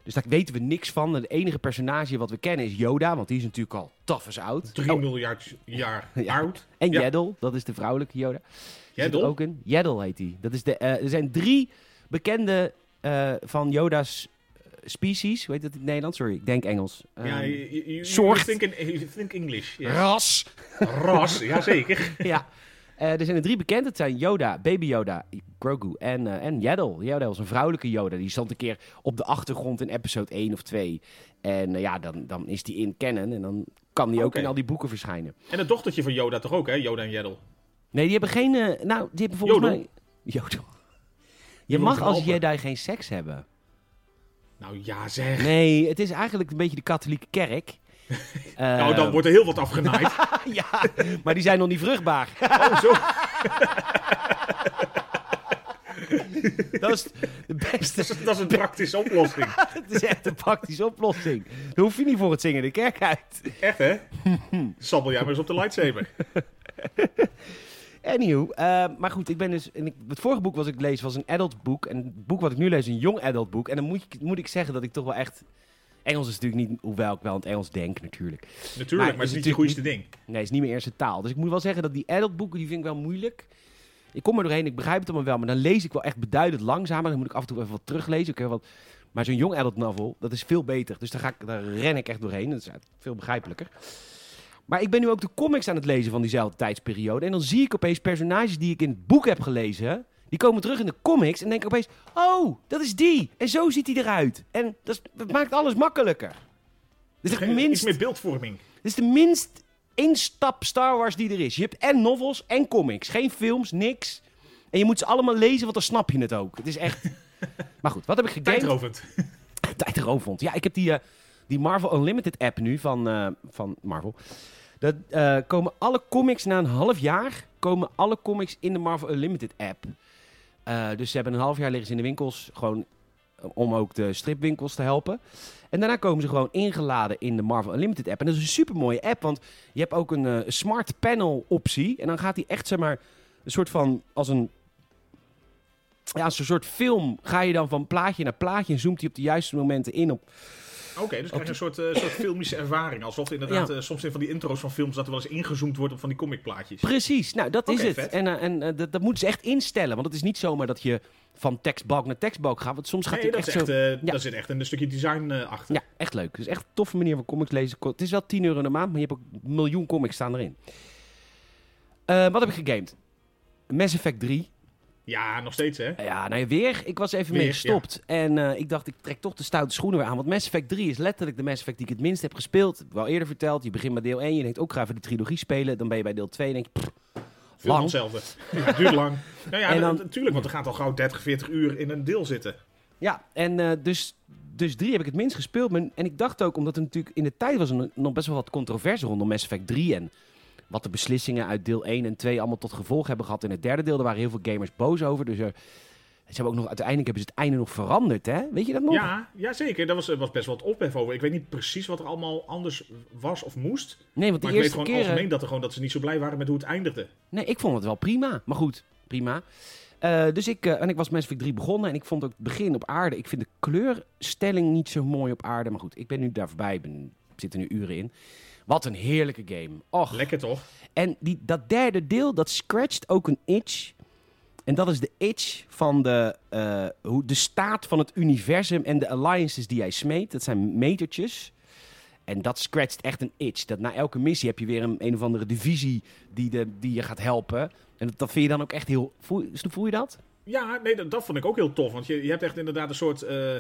A: Dus daar weten we niks van. Het enige personage wat we kennen is Yoda, want die is natuurlijk al tough as oud.
B: 3
A: Oh,
B: miljard jaar
A: Ja.
B: oud.
A: en
B: ja.
A: Yaddle, dat is de vrouwelijke Yoda.
B: Jij
A: Zit er
B: Dol?
A: ook in. Yaddle heet die. Dat is de, eh, er zijn drie bekende eh, van Yoda's eh, species. Hoe heet dat in het Nederlands? Sorry, ik denk Engels.
B: Ja,
A: Ehm,
B: you- you- you- you
A: soort.
B: think, in, you think English. ja.
A: Ras!
B: Ras, jazeker.
A: ja. Eh, er zijn er drie bekend. Het zijn Yoda, Baby Yoda, Grogu en, eh en Yaddle. Yaddle was een vrouwelijke Yoda. Die stond een keer op de achtergrond in episode 1 of 2. En eh, ja, dan, dan is die in canon. En dan kan die ook
B: Oké.
A: in al die boeken verschijnen.
B: En het dochtertje van Yoda toch ook, hè? Yoda en Jeddel.
A: Nee, die hebben geen... eh, nou, die hebben volgens
B: Jodel.
A: mij... Jodel. Je
B: Die
A: mag
B: wordt
A: als
B: geholpen.
A: Jedi geen seks hebben.
B: Nou ja, zeg.
A: Nee, het is eigenlijk een beetje de katholieke kerk.
B: nou, dan
A: Eh,
B: wordt er heel wat afgenaaid.
A: ja, maar die zijn nog niet vruchtbaar.
B: oh, zo.
A: Dat is de beste.
B: Dat is, dat is een praktische oplossing.
A: Dat is echt een praktische oplossing. Daar hoef je niet voor het zingen de kerk uit.
B: Echt, hè? Sabbel jij maar eens op de lightsaber.
A: Anywho, eh, maar goed, ik ben dus. En ik, het vorige boek wat ik lees was een adult boek. En het boek wat ik nu lees is een jong adult boek. En dan moet, ik- moet ik zeggen dat ik toch wel echt. Engels is natuurlijk niet, hoewel ik wel aan het Engels denk natuurlijk.
B: Natuurlijk,
A: Maar
B: maar,
A: het
B: het
A: Nou,
B: is
A: is
B: niet je goeieste ding.
A: Nee, het is niet mijn eerste taal. Dus ik moet wel zeggen dat die adult boeken, die vind ik wel moeilijk. Ik kom er doorheen, ik begrijp het allemaal wel. Maar dan lees ik wel echt beduidend langzamer. Dan moet ik af en toe even wat teruglezen. Ik heb wat... Maar zo'n jong adult novel, dat is veel beter. Dus daar, ga ik, daar ren ik echt doorheen. Dat is veel begrijpelijker. Maar ik ben nu ook de comics aan het lezen van diezelfde tijdsperiode. En dan zie ik opeens personages die ik in het boek heb gelezen. Die komen terug in de comics en denk ik opeens... Oh, dat is die. En zo ziet hij eruit. En dat, is- dat maakt alles makkelijker. Dit is, het
B: Geen- Iets
A: minst,
B: meer beeldvorming.
A: dit is de minst één stap Star Wars die er is. Je hebt en novels en comics. Geen films, niks. En je moet ze allemaal lezen, want dan snap je het ook. Het is echt... maar goed, wat heb ik gegamed?
B: Tijdrovend.
A: tijdroof vond. Ja, ik heb die, eh, die Marvel Unlimited app nu van, eh, van Marvel. Dat eh, komen alle comics na een half jaar, komen alle comics in de Marvel Unlimited app. Eh, dus ze hebben een half jaar liggen ze in de winkels, gewoon eh, om ook de stripwinkels te helpen. En daarna komen ze gewoon ingeladen in de Marvel Unlimited app. En dat is een super mooie app, want je hebt ook een eh, smart panel optie. En dan gaat hij echt, zeg maar, een soort van als een ja, als een soort film ga je dan van plaatje naar plaatje en zoomt hij op de juiste momenten in. Op...
B: Oké, dus krijg je een soort, eh, soort filmische ervaring. Alsof er inderdaad
A: Ja.
B: eh, soms in van die intro's van films dat er wel eens ingezoomd wordt op van die comicplaatjes.
A: Precies, nou dat is
B: Oké,
A: het.
B: vet.
A: En, eh, en eh, dat, dat moeten ze echt instellen, want het is niet zomaar dat je van tekstbalk naar tekstbalk gaat. Want soms gaat
B: Nee,
A: hij
B: dat
A: echt
B: is
A: zo...
B: echt, eh,
A: Ja.
B: daar zit echt een stukje design eh, achter.
A: Ja, echt leuk. Dus echt een toffe manier van comics lezen. Het is wel 10 euro in de maand, maar je hebt ook een miljoen comics staan erin. Eh, wat heb ik gegamed? Mass Effect 3.
B: Ja, nog steeds hè.
A: Ja, nou ja, weer. Ik was even
B: Weer,
A: mee gestopt. En eh, ik dacht, ik trek toch de stoute schoenen weer aan. Want Mass Effect 3 is letterlijk de Mass Effect die ik het minst heb gespeeld. Heb ik wel eerder verteld. Je begint bij deel 1. Je denkt, ook ga even de trilogie spelen. Dan ben je bij deel 2 en denk je, pff,
B: Veel
A: lang.
B: van hetzelfde. Ja, het duurt lang. Nou ja,
A: En dan-
B: dat- natuurlijk, want er gaat al gauw 30, 40 uur in een deel zitten.
A: Ja, en eh, dus, dus 3 heb ik het minst gespeeld. Maar- En ik dacht ook, omdat er natuurlijk in de tijd was er nog best wel wat controverse rondom Mass Effect 3. En wat de beslissingen uit deel 1 en 2 allemaal tot gevolg hebben gehad. In het derde deel, daar waren heel veel gamers boos over. Dus er, ze hebben ook nog, uiteindelijk hebben ze het einde nog veranderd, hè? Weet je dat nog?
B: Ja, ja zeker. Daar was, eh, was best wat ophef over. Ik weet niet precies wat er allemaal anders was of moest.
A: Nee, want de
B: Maar ik weet
A: eerste
B: gewoon
A: keer...
B: algemeen dat, er gewoon, dat ze niet zo blij waren met hoe het eindigde.
A: Nee, ik vond het wel prima. Maar goed, prima. Eh, dus ik, eh, en ik was Mass Effect 3 begonnen en ik vond ook het begin op aarde. Ik vind de kleurstelling niet zo mooi op aarde. Maar goed, ik ben nu daar voorbij. Ik ben, zit er nu uren in. Wat een heerlijke game. Och.
B: Lekker toch?
A: En die, dat derde deel, dat scratcht ook een itch. En dat is de itch van de, eh, hoe, de staat van het universum en de alliances die jij smeet. Dat zijn metertjes. En dat scratcht echt een itch. Dat na elke missie heb je weer een, een of andere divisie die, de, die je gaat helpen. En dat, dat vind je dan ook echt heel... Voel, voel je dat?
B: Ja, nee, dat, dat vond ik ook heel tof. Want je, je hebt echt inderdaad een soort eh,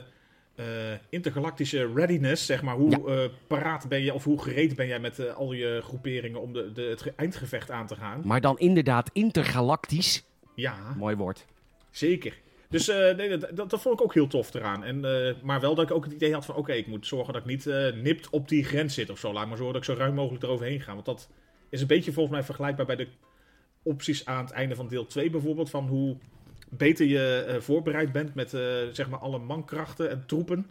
B: eh, intergalactische readiness, zeg maar. Hoe
A: Ja.
B: eh, paraat ben je of hoe gereed ben jij met eh, al je groeperingen om de, de, het ge- eindgevecht aan te gaan?
A: Maar dan inderdaad intergalactisch.
B: Ja,
A: Mooi woord.
B: zeker. Dus eh, nee, dat, dat, dat vond ik ook heel tof eraan. En, eh, maar wel dat ik ook het idee had van... oké, ik moet zorgen dat ik niet eh, nipt op die grens zit of zo. Laat maar zorgen dat ik zo ruim mogelijk eroverheen ga. Want dat is een beetje volgens mij vergelijkbaar bij de opties aan het einde van deel 2 bijvoorbeeld. Van hoe beter je eh, voorbereid bent met eh, zeg maar alle mankrachten en troepen...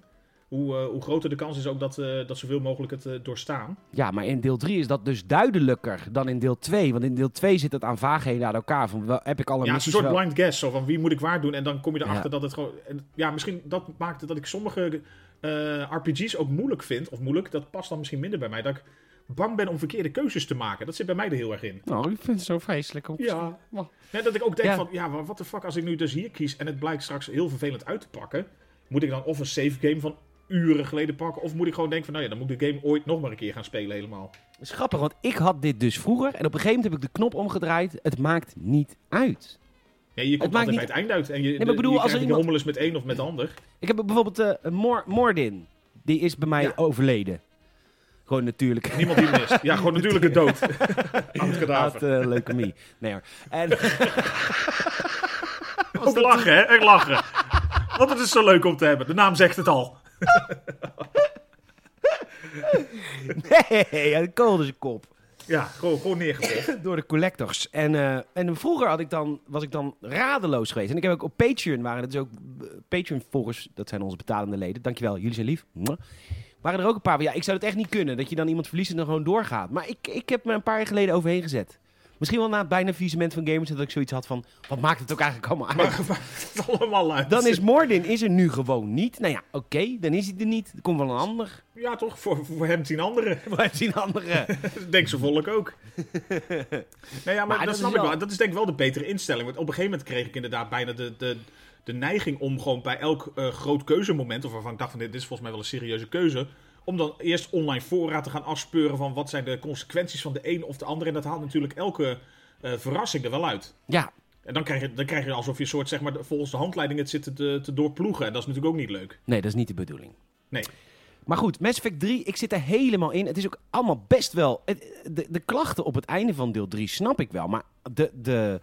B: hoe, eh, hoe groter de kans is ook dat, eh, dat zoveel mogelijk het eh, doorstaan.
A: Ja, maar in deel 3 is dat dus duidelijker dan in deel 2. Want in deel 2 zit het aan vaagheden aan elkaar. Van, wel- heb ik alle
B: Ja, een
A: missies
B: soort
A: wel-
B: blind guess. Zo van wie moet ik waar doen? En dan kom je erachter
A: Ja.
B: dat het gewoon. en ja, misschien dat maakt dat ik sommige eh, RPG's ook moeilijk vind. Of moeilijk, dat past dan misschien minder bij mij. Dat ik bang ben om verkeerde keuzes te maken. Dat zit bij mij er heel erg in.
A: Nou, ik vind het zo vreselijk. om-
B: Ja.
A: Wow.
B: Nee, dat ik ook denk
A: Ja.
B: van, ja, wat de fuck als ik nu dus hier kies en het blijkt straks heel vervelend uit te pakken. Moet ik dan of een save game van uren geleden pakken? Of moet ik gewoon denken van, nou ja, dan moet ik de game ooit nog maar een keer gaan spelen helemaal.
A: Dat is grappig, want ik had dit dus vroeger. En op een gegeven moment heb ik de knop omgedraaid. Het maakt niet uit.
B: Nee, je komt
A: maakt
B: altijd
A: niet-
B: bij het eind uit. En je, nee,
A: maar ik bedoel, als
B: je krijgt
A: er
B: niet
A: iemand-
B: rommel is met één of met de ander.
A: Ik heb bijvoorbeeld eh, een Mor- Mordin. Die is bij mij
B: Ja.
A: overleden. Gewoon natuurlijk.
B: Niemand die mist. Ja, gewoon natuurlijke dood. Aan het kadaver.
A: Had eh, leukemie. Nee hoor. En,
B: Ook lachen, hè? Echt lachen. Want het is zo leuk om te hebben. De naam zegt het al.
A: nee, hij koolde zijn kop.
B: Ja, gewoon, gewoon neergezet.
A: door de collectors. En, eh, en vroeger had ik dan, was ik dan radeloos geweest. En ik heb ook op Patreon waren dat dus ook eh, Patreon-volgers, dat zijn onze betalende leden. Dankjewel, jullie zijn lief. Mwah. Waren er ook een paar van, ja, ik zou het echt niet kunnen. Dat je dan iemand verliest en dan gewoon doorgaat. Maar ik, ik heb me een paar jaar geleden overheen gezet. Misschien wel na het bijna faillissement van Gamers dat ik zoiets had van, wat maakt het ook eigenlijk allemaal uit?
B: Maar, maar het is allemaal uit.
A: dan is Mordin is er nu gewoon niet. Nou ja, oké, dan is hij er niet. Er komt wel een ander.
B: Ja, toch? Voor, voor hem tien anderen.
A: Maar het zien anderen.
B: Denk zo volk ook. Nou ja, maar, dat,
A: dat is
B: snap
A: wel-
B: ik wel. Dat is denk ik wel de betere instelling. Want op een gegeven moment kreeg ik inderdaad bijna de, de, de neiging om gewoon bij elk eh, groot keuzemoment... of waarvan ik dacht van dit is volgens mij wel een serieuze keuze... Om dan eerst online voorraad te gaan afspeuren van wat zijn de consequenties van de een of de ander. En dat haalt natuurlijk elke eh, verrassing er wel uit.
A: Ja,
B: En dan krijg je, dan krijg je alsof je soort, zeg maar, volgens de handleiding het zit te, te doorploegen. En dat is natuurlijk ook niet leuk.
A: nee, dat is niet de bedoeling.
B: Nee.
A: Maar goed, Mass Effect 3, ik zit er helemaal in. Het is ook allemaal best wel... het- de, de klachten op het einde van deel 3 snap ik wel, maar de, de, de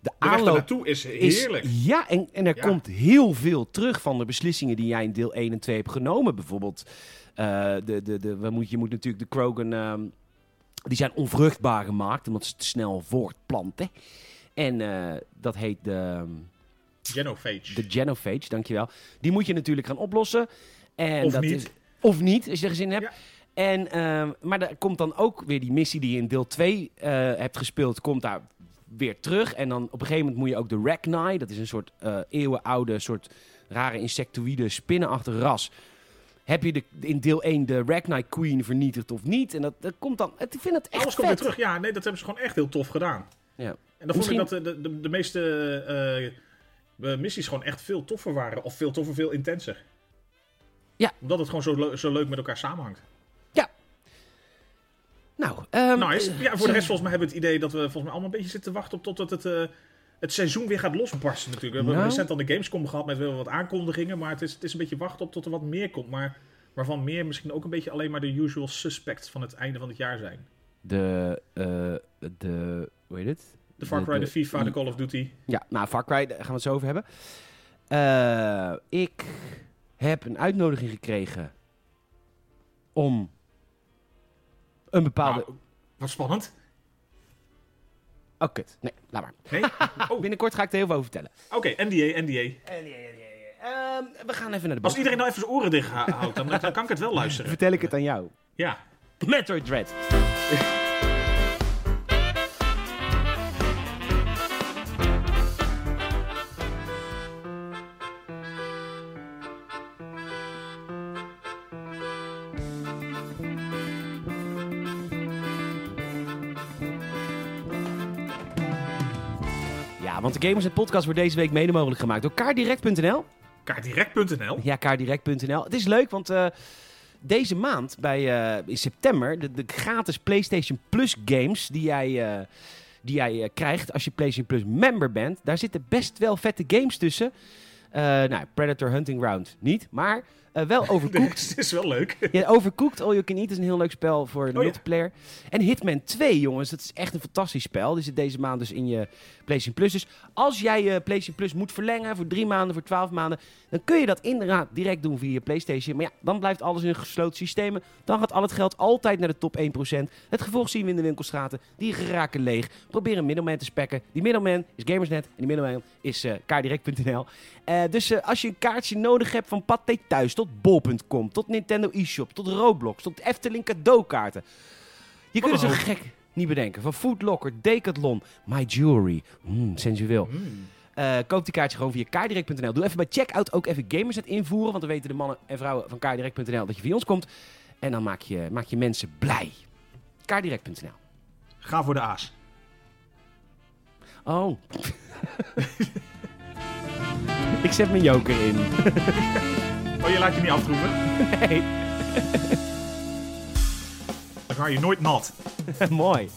B: De weg
A: aanloop
B: naartoe is
A: is-
B: heerlijk.
A: ja, en, en er
B: Ja.
A: komt heel veel terug van de beslissingen die jij in deel 1 en 2 hebt genomen. Bijvoorbeeld, eh, de, de, de, we moet, je moet natuurlijk de Krogan... ehm, die zijn onvruchtbaar gemaakt, omdat ze te snel voortplanten. En eh, dat heet de, ehm,
B: Genophage.
A: de Genophage, dankjewel. Die moet je natuurlijk gaan oplossen. En
B: Of
A: dat
B: niet.
A: Is, of niet, als je er zin in hebt.
B: Ja.
A: En, ehm, maar daar komt dan ook weer die missie die je in deel 2 eh, hebt gespeeld, komt daar weer terug. En dan op een gegeven moment moet je ook de Rachni, dat is een soort eh, eeuwenoude, soort rare insectoïde, spinnenachtig ras. Heb je de, in deel 1 de Rachni Queen vernietigd of niet? En dat, dat komt dan... Ik vind dat echt
B: Alles
A: vet.
B: komt weer terug. Ja, nee, dat hebben ze gewoon echt heel tof gedaan.
A: Ja.
B: En dan
A: Misschien-
B: vond ik dat de, de, de, de meeste eh, eh, missies gewoon echt veel toffer waren. Of veel toffer, veel intenser.
A: Ja.
B: Omdat het gewoon zo, leu- zo leuk met elkaar samenhangt.
A: Nou, ehm,
B: nice. Ja, voor de rest volgens mij hebben we het idee dat we volgens mij allemaal een beetje zitten wachten op totdat het, eh, het seizoen weer gaat losbarsten natuurlijk. We hebben
A: Nou.
B: recent aan de Gamescom gehad met wel wat aankondigingen. Maar het is, het is een beetje wachten op tot er wat meer komt. Maar waarvan meer misschien ook een beetje alleen maar de usual suspects van het einde van het jaar zijn.
A: de, eh, de... Hoe heet het?
B: De Far
A: De-
B: Cry, de,
A: de-
B: FIFA, de
A: die-
B: Call of Duty.
A: Ja, nou, Far Cry, daar gaan we het zo over hebben. Eh, ik heb een uitnodiging gekregen om een bepaalde...
B: Nou, wat spannend.
A: Oh, kut. Nee, laat maar.
B: Nee? Oh, oké.
A: Binnenkort ga ik er heel veel over vertellen. Ehm,
B: NDA, NDA.
A: we gaan even naar de
B: Als
A: bos.
B: iedereen nou even zijn oren dicht ha- houdt, dan, dan kan ik het wel luisteren.
A: Vertel ik het aan jou.
B: Ja.
A: Metroid Dread. Ja, Want de Gamers en Podcast wordt deze week mede mogelijk gemaakt door kaardirect.nl.
B: Kaartdirect.nl.
A: Ja, kaardirect.nl. Het is leuk, want eh, deze maand, bij, eh, in september, de, de gratis PlayStation Plus games die jij, eh, die jij eh, krijgt als je PlayStation Plus member bent, daar zitten best wel vette games tussen. Eh, nou, Predator Hunting Ground niet, maar eh, wel Overcooked.
B: Het is wel leuk.
A: Ja, Overcooked All You Can Eat is een heel leuk spel voor de
B: ja.
A: multiplayer. En Hitman 2, jongens, dat is echt een fantastisch spel. Die zit deze maand dus in je PlayStation Plus. Dus als jij je PlayStation Plus moet verlengen voor drie maanden, voor twaalf maanden... dan kun je dat inderdaad direct doen via je PlayStation. Maar ja, dan blijft alles in gesloten systemen. Dan gaat al het geld altijd naar de top 1%. Het gevolg zien we in de winkelstraten. Die raken leeg. Probeer een middelman te spekken. Die middelman is Gamersnet en die middelman is eh kaardirect.nl. Eh, dus eh, als je een kaartje nodig hebt van Pathé Thuis tot bol.com, tot Nintendo eShop, tot Roblox, tot Efteling cadeaukaarten. Je kunt het zo
B: een
A: gek niet bedenken. Van Foodlocker, Decathlon, My Jewelry. Mm, sensueel.
B: Hmm.
A: Eh, koop die kaartje gewoon via kaardirect.nl. Doe even bij checkout ook even Gamersnet invoeren. Want dan weten de mannen en vrouwen van kaardirect.nl dat je via ons komt. En dan maak je, maak je mensen blij. Kaardirect.nl.
B: Ga voor de aas.
A: Oh. Ik zet mijn joker in.
B: Oh, je laat je niet afroepen.
A: Hey,
B: Dan ga je nooit nat.
A: mooi.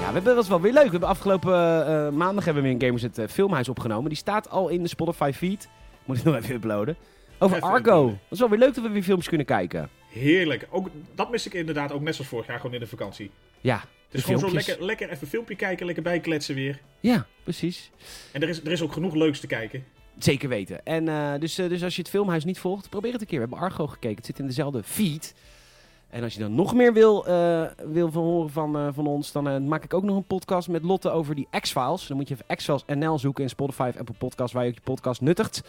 A: Ja, We hebben dat was wel weer leuk. We hebben afgelopen eh, eh, maandag hebben we weer een Gamers het eh, filmhuis opgenomen. Die staat al in de Spotify feed. Moet ik nog even uploaden. Over
B: Even
A: Argo.
B: uploaden.
A: Dat is wel weer leuk dat we weer films kunnen kijken.
B: Heerlijk. Ook, dat mis ik inderdaad ook net zoals vorig jaar gewoon in de vakantie.
A: Ja.
B: Het
A: de
B: is gewoon zo
A: filmpjes.
B: lekker, lekker even een filmpje kijken, lekker bijkletsen weer.
A: Ja, precies.
B: En er is, er is ook genoeg leuks te kijken.
A: Zeker weten. En eh, dus, eh, dus als je het filmhuis niet volgt, probeer het een keer. We hebben Argo gekeken. Het zit in dezelfde feed. En als je dan nog meer wil, eh, wil van horen van, eh, van ons, dan eh, maak ik ook nog een podcast met Lotte over die X-Files. Dan moet je even X-Files NL zoeken in Spotify of Apple Podcasts, waar je ook je podcast nuttigt.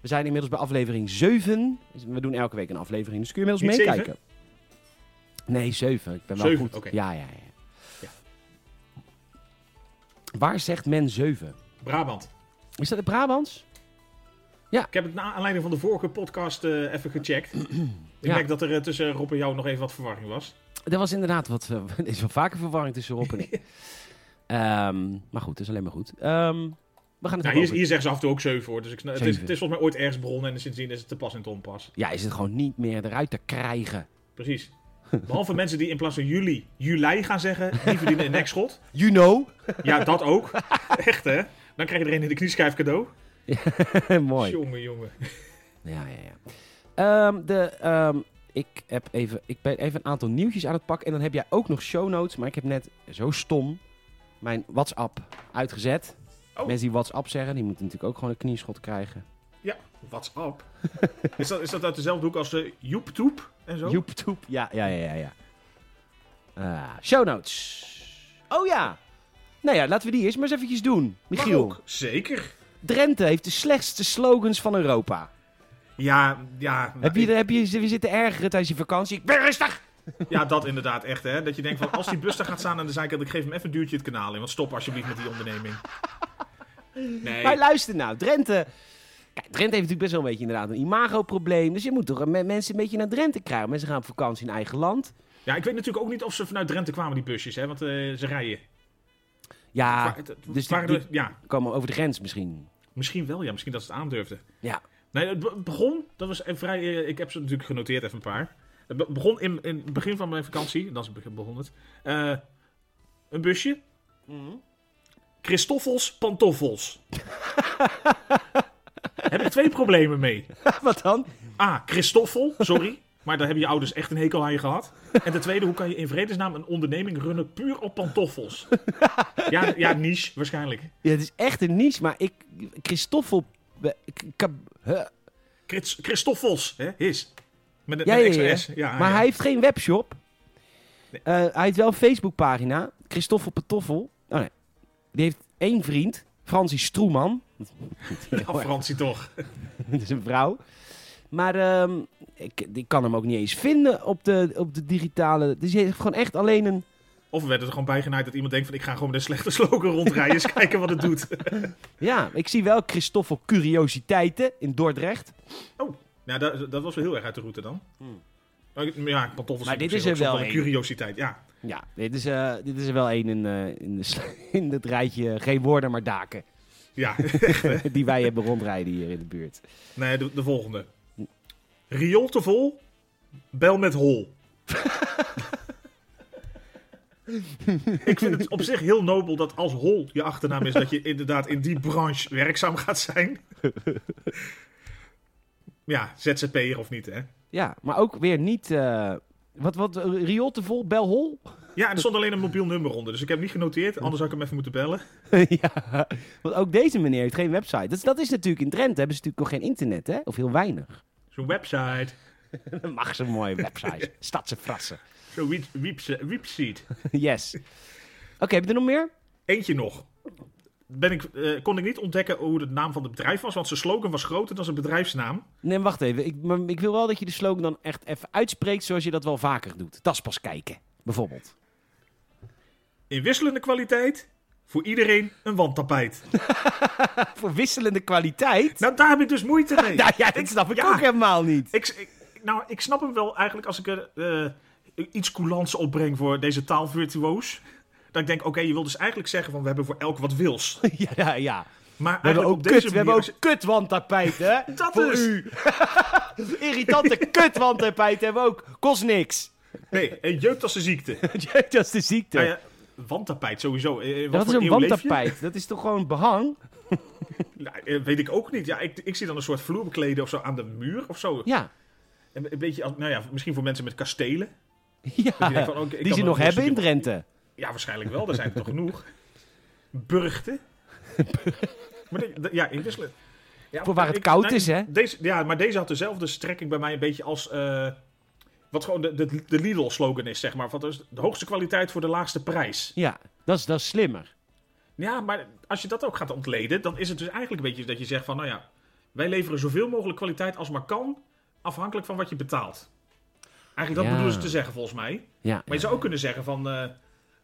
A: We zijn inmiddels bij aflevering 7. We doen elke week een aflevering, dus kun je inmiddels
B: Niet
A: meekijken. Nee, 7. Ik ben wel
B: Zeven,
A: goed.
B: oké.
A: Ja, ja, ja,
B: Ja.
A: Waar zegt men 7?
B: Brabant.
A: Is dat in Brabants?
B: Ik heb het na aanleiding van de vorige podcast eh, even gecheckt. Ik
A: Ja.
B: merk dat er eh, tussen Rob en jou nog even wat verwarring was.
A: Er was inderdaad wat, eh, er is wel vaker verwarring tussen Rob en ik. Ehm, maar goed, dat is alleen maar goed. Ehm, we gaan het
B: Nou,
A: hebben
B: hier,
A: over-
B: hier zeggen ze af en toe ook 7 voor. Dus ik, sna- het, is,
A: Zeven.
B: het is volgens mij ooit ergens begonnen en sindsdien is het te pas en te onpas.
A: Ja, is het gewoon niet meer eruit te krijgen.
B: Precies. Behalve mensen die in plaats van juli, juli gaan zeggen, die verdienen een nekschot.
A: You know.
B: Ja, dat ook. Echt, hè? Dan krijg je er een in de knieschijf cadeau.
A: Mooi.
B: Jongen, jongen.
A: Ja, ja, ja. Ehm, de, ehm, ik, heb even, ik ben even een aantal nieuwtjes aan het pakken. En dan heb jij ook nog show notes. Maar ik heb net zo stom mijn WhatsApp uitgezet.
B: Oh.
A: Mensen die WhatsApp zeggen, die moeten natuurlijk ook gewoon een knieschot krijgen.
B: WhatsApp. Is dat, is dat uit dezelfde hoek als de Joeptoep en zo?
A: Joep, toep. Ja, ja, ja, ja. ja. Ah, show notes. Oh ja. Nou ja, laten we die eerst maar eens eventjes doen.
B: Mag
A: Michiel,
B: ook. Zeker.
A: Drenthe heeft de slechtste slogans van
B: Nou,
A: Europa.
B: Ja, ja.
A: heb, je, heb je we zitten ergeren tijdens je vakantie? Ik ben rustig!
B: Ja, dat inderdaad echt, hè. Dat je denkt van, als die bus daar gaat staan aan de zijkant, ik geef hem even een duwtje het kanaal in. Want stop alsjeblieft met die onderneming. Nee.
A: Maar luister nou, Drenthe... Kijk, Drenthe heeft natuurlijk best wel een beetje inderdaad een imagoprobleem. Dus je moet toch me- mensen een beetje naar Drenthe krijgen. Mensen gaan op vakantie in eigen land.
B: Ja, ik weet natuurlijk ook niet of ze vanuit Drenthe kwamen, die busjes, hè. Want eh, ze rijden.
A: Ja,
B: Va- het-
A: dus die,
B: waren er-
A: die
B: ja,
A: komen over de grens misschien.
B: misschien wel, ja. Misschien dat ze het aandurfden.
A: Ja.
B: Nee, het be- het begon, dat was eh, vrij, eh, ik heb ze natuurlijk genoteerd even een paar. Het be- begon in, in het begin van mijn vakantie, dan is het begin- begon het. Eh, een busje, Christoffels pantoffels. heb ik twee problemen mee.
A: Wat dan?
B: A, Christoffel, sorry. Maar daar hebben je ouders echt een hekel aan je gehad. En ten tweede, hoe kan je in vredesnaam een onderneming runnen puur op pantoffels? Ja, ja niche, waarschijnlijk.
A: Ja, het is echt een niche, maar ik... Christoffel... Kab- huh.
B: Christ Christoffels, hè, his. Met een
A: Ja,
B: met
A: ja,
B: een
A: ja.
B: extra S. Ja,
A: maar
B: Ah, ja.
A: hij heeft geen webshop.
B: Nee.
A: Eh, hij heeft wel een Facebookpagina. Christoffel Patoffel. Oh nee. Die heeft één vriend. Francis Stroeman.
B: Ja, Fransie toch.
A: Dat is een vrouw. Maar ehm, ik, ik kan hem ook niet eens vinden op de, op de digitale. Dus hij heeft gewoon echt alleen een...
B: Of we werden er gewoon bijgenaaid dat iemand denkt van ik ga gewoon met een slechte slogan rondrijden. Eens kijken wat het doet.
A: Ja, ik zie wel Christoffel Curiositeiten in Dordrecht.
B: Nou, dat, dat was wel heel erg uit de route dan.
A: Hmm.
B: Maar ik- Ja, pantoffels.
A: Maar
B: zijn
A: dit is
B: op zich
A: er
B: ook soms
A: wel
B: een
A: een.
B: curiositeit. Ja,
A: Ja, dit is, eh, dit is er wel één in, eh, in, de, sl- in het rijtje geen woorden maar daken.
B: ja.
A: Die wij hebben rondrijden hier in de buurt.
B: nee, de, de volgende. Riool te vol, bel met hol. ik vind het op zich heel nobel dat als hol je achternaam is, dat je inderdaad in die branche werkzaam gaat zijn. ja, ZZP'er of niet, hè?
A: Ja, maar ook weer niet. eh, wat, wat, eh, riool te vol, belhol?
B: Ja, er stond alleen een mobiel nummer onder, dus ik heb hem niet genoteerd. Anders had ik hem even moeten bellen.
A: ja, want ook deze meneer heeft geen website. Dat, is- dat is natuurlijk in Drenthe, hebben ze natuurlijk nog geen internet, hè? Of heel weinig.
B: Zo'n website,
A: Dan mag ze een mooie website. Stadse frassen.
B: zo'n wiep- wiepse- wiepseat.
A: yes. Oké, heb je er nog meer?
B: Eentje nog. Ben ik, eh, kon ik niet ontdekken hoe de naam van het bedrijf was, want zijn slogan was groter dan zijn bedrijfsnaam.
A: Nee, wacht even. Ik, maar ik wil wel dat je de slogan dan echt even uitspreekt zoals je dat wel vaker doet. Dat is pas kijken, bijvoorbeeld.
B: In wisselende kwaliteit, voor iedereen een wandtapijt.
A: Voor wisselende kwaliteit?
B: Nou, daar heb ik dus moeite mee.
A: Nou ja, dit snap ik
B: Ja.
A: ook helemaal niet.
B: ik, ik- nou, ik snap hem wel eigenlijk als ik er eh, iets coulants opbreng voor deze taalvirtuoos. Dat ik denk, oké, je wil dus eigenlijk zeggen van we hebben voor elk wat wils.
A: Ja, ja, ja.
B: Maar
A: We hebben
B: eigenlijk
A: ook
B: op deze
A: kut, we
B: manier-
A: hebben ook kutwandtapijt, hè?
B: Dat
A: Voor
B: dus.
A: u. Irritante kutwandtapijt hebben we ook. Kost niks.
B: Nee, een jeugdtassenziekte.
A: dat is de ziekte.
B: Nou ja, wandtapijt sowieso. Eh, eh, wat
A: dat is
B: voor
A: een
B: eeuw leef je?
A: wandtapijt. Dat is toch gewoon behang?
B: Nou, eh, weet ik ook niet. Ja, ik, ik zie dan een soort vloerbekleden of zo aan de muur of zo.
A: Ja.
B: Een, een beetje, als, nou ja, misschien voor mensen met kastelen.
A: ja.
B: je denkt van, oké, ik
A: Ah, Die
B: kan
A: ze
B: wel
A: nog
B: een
A: hebben in
B: stukje-
A: Drenthe.
B: Ja, waarschijnlijk wel. Daar zijn er toch genoeg. Burgten. maar dit- d- ja, in wisselen. Ja,
A: Voor waar het
B: ik-
A: koud
B: nou,
A: is, hè?
B: Deze, ja, maar deze had dezelfde strekking bij mij een beetje als... eh, wat gewoon de, de, de Lidl-slogan is, zeg maar. Van, dus de hoogste kwaliteit voor de laagste prijs.
A: Ja, dat is, dat is slimmer.
B: Ja, maar als je dat ook gaat ontleden, dan is het dus eigenlijk een beetje dat je zegt van, nou ja, wij leveren zoveel mogelijk kwaliteit als maar kan, afhankelijk van wat je betaalt. Eigenlijk dat
A: Ja.
B: bedoelen ze te zeggen volgens mij. Maar
A: Ja.
B: je zou ook kunnen zeggen van, eh,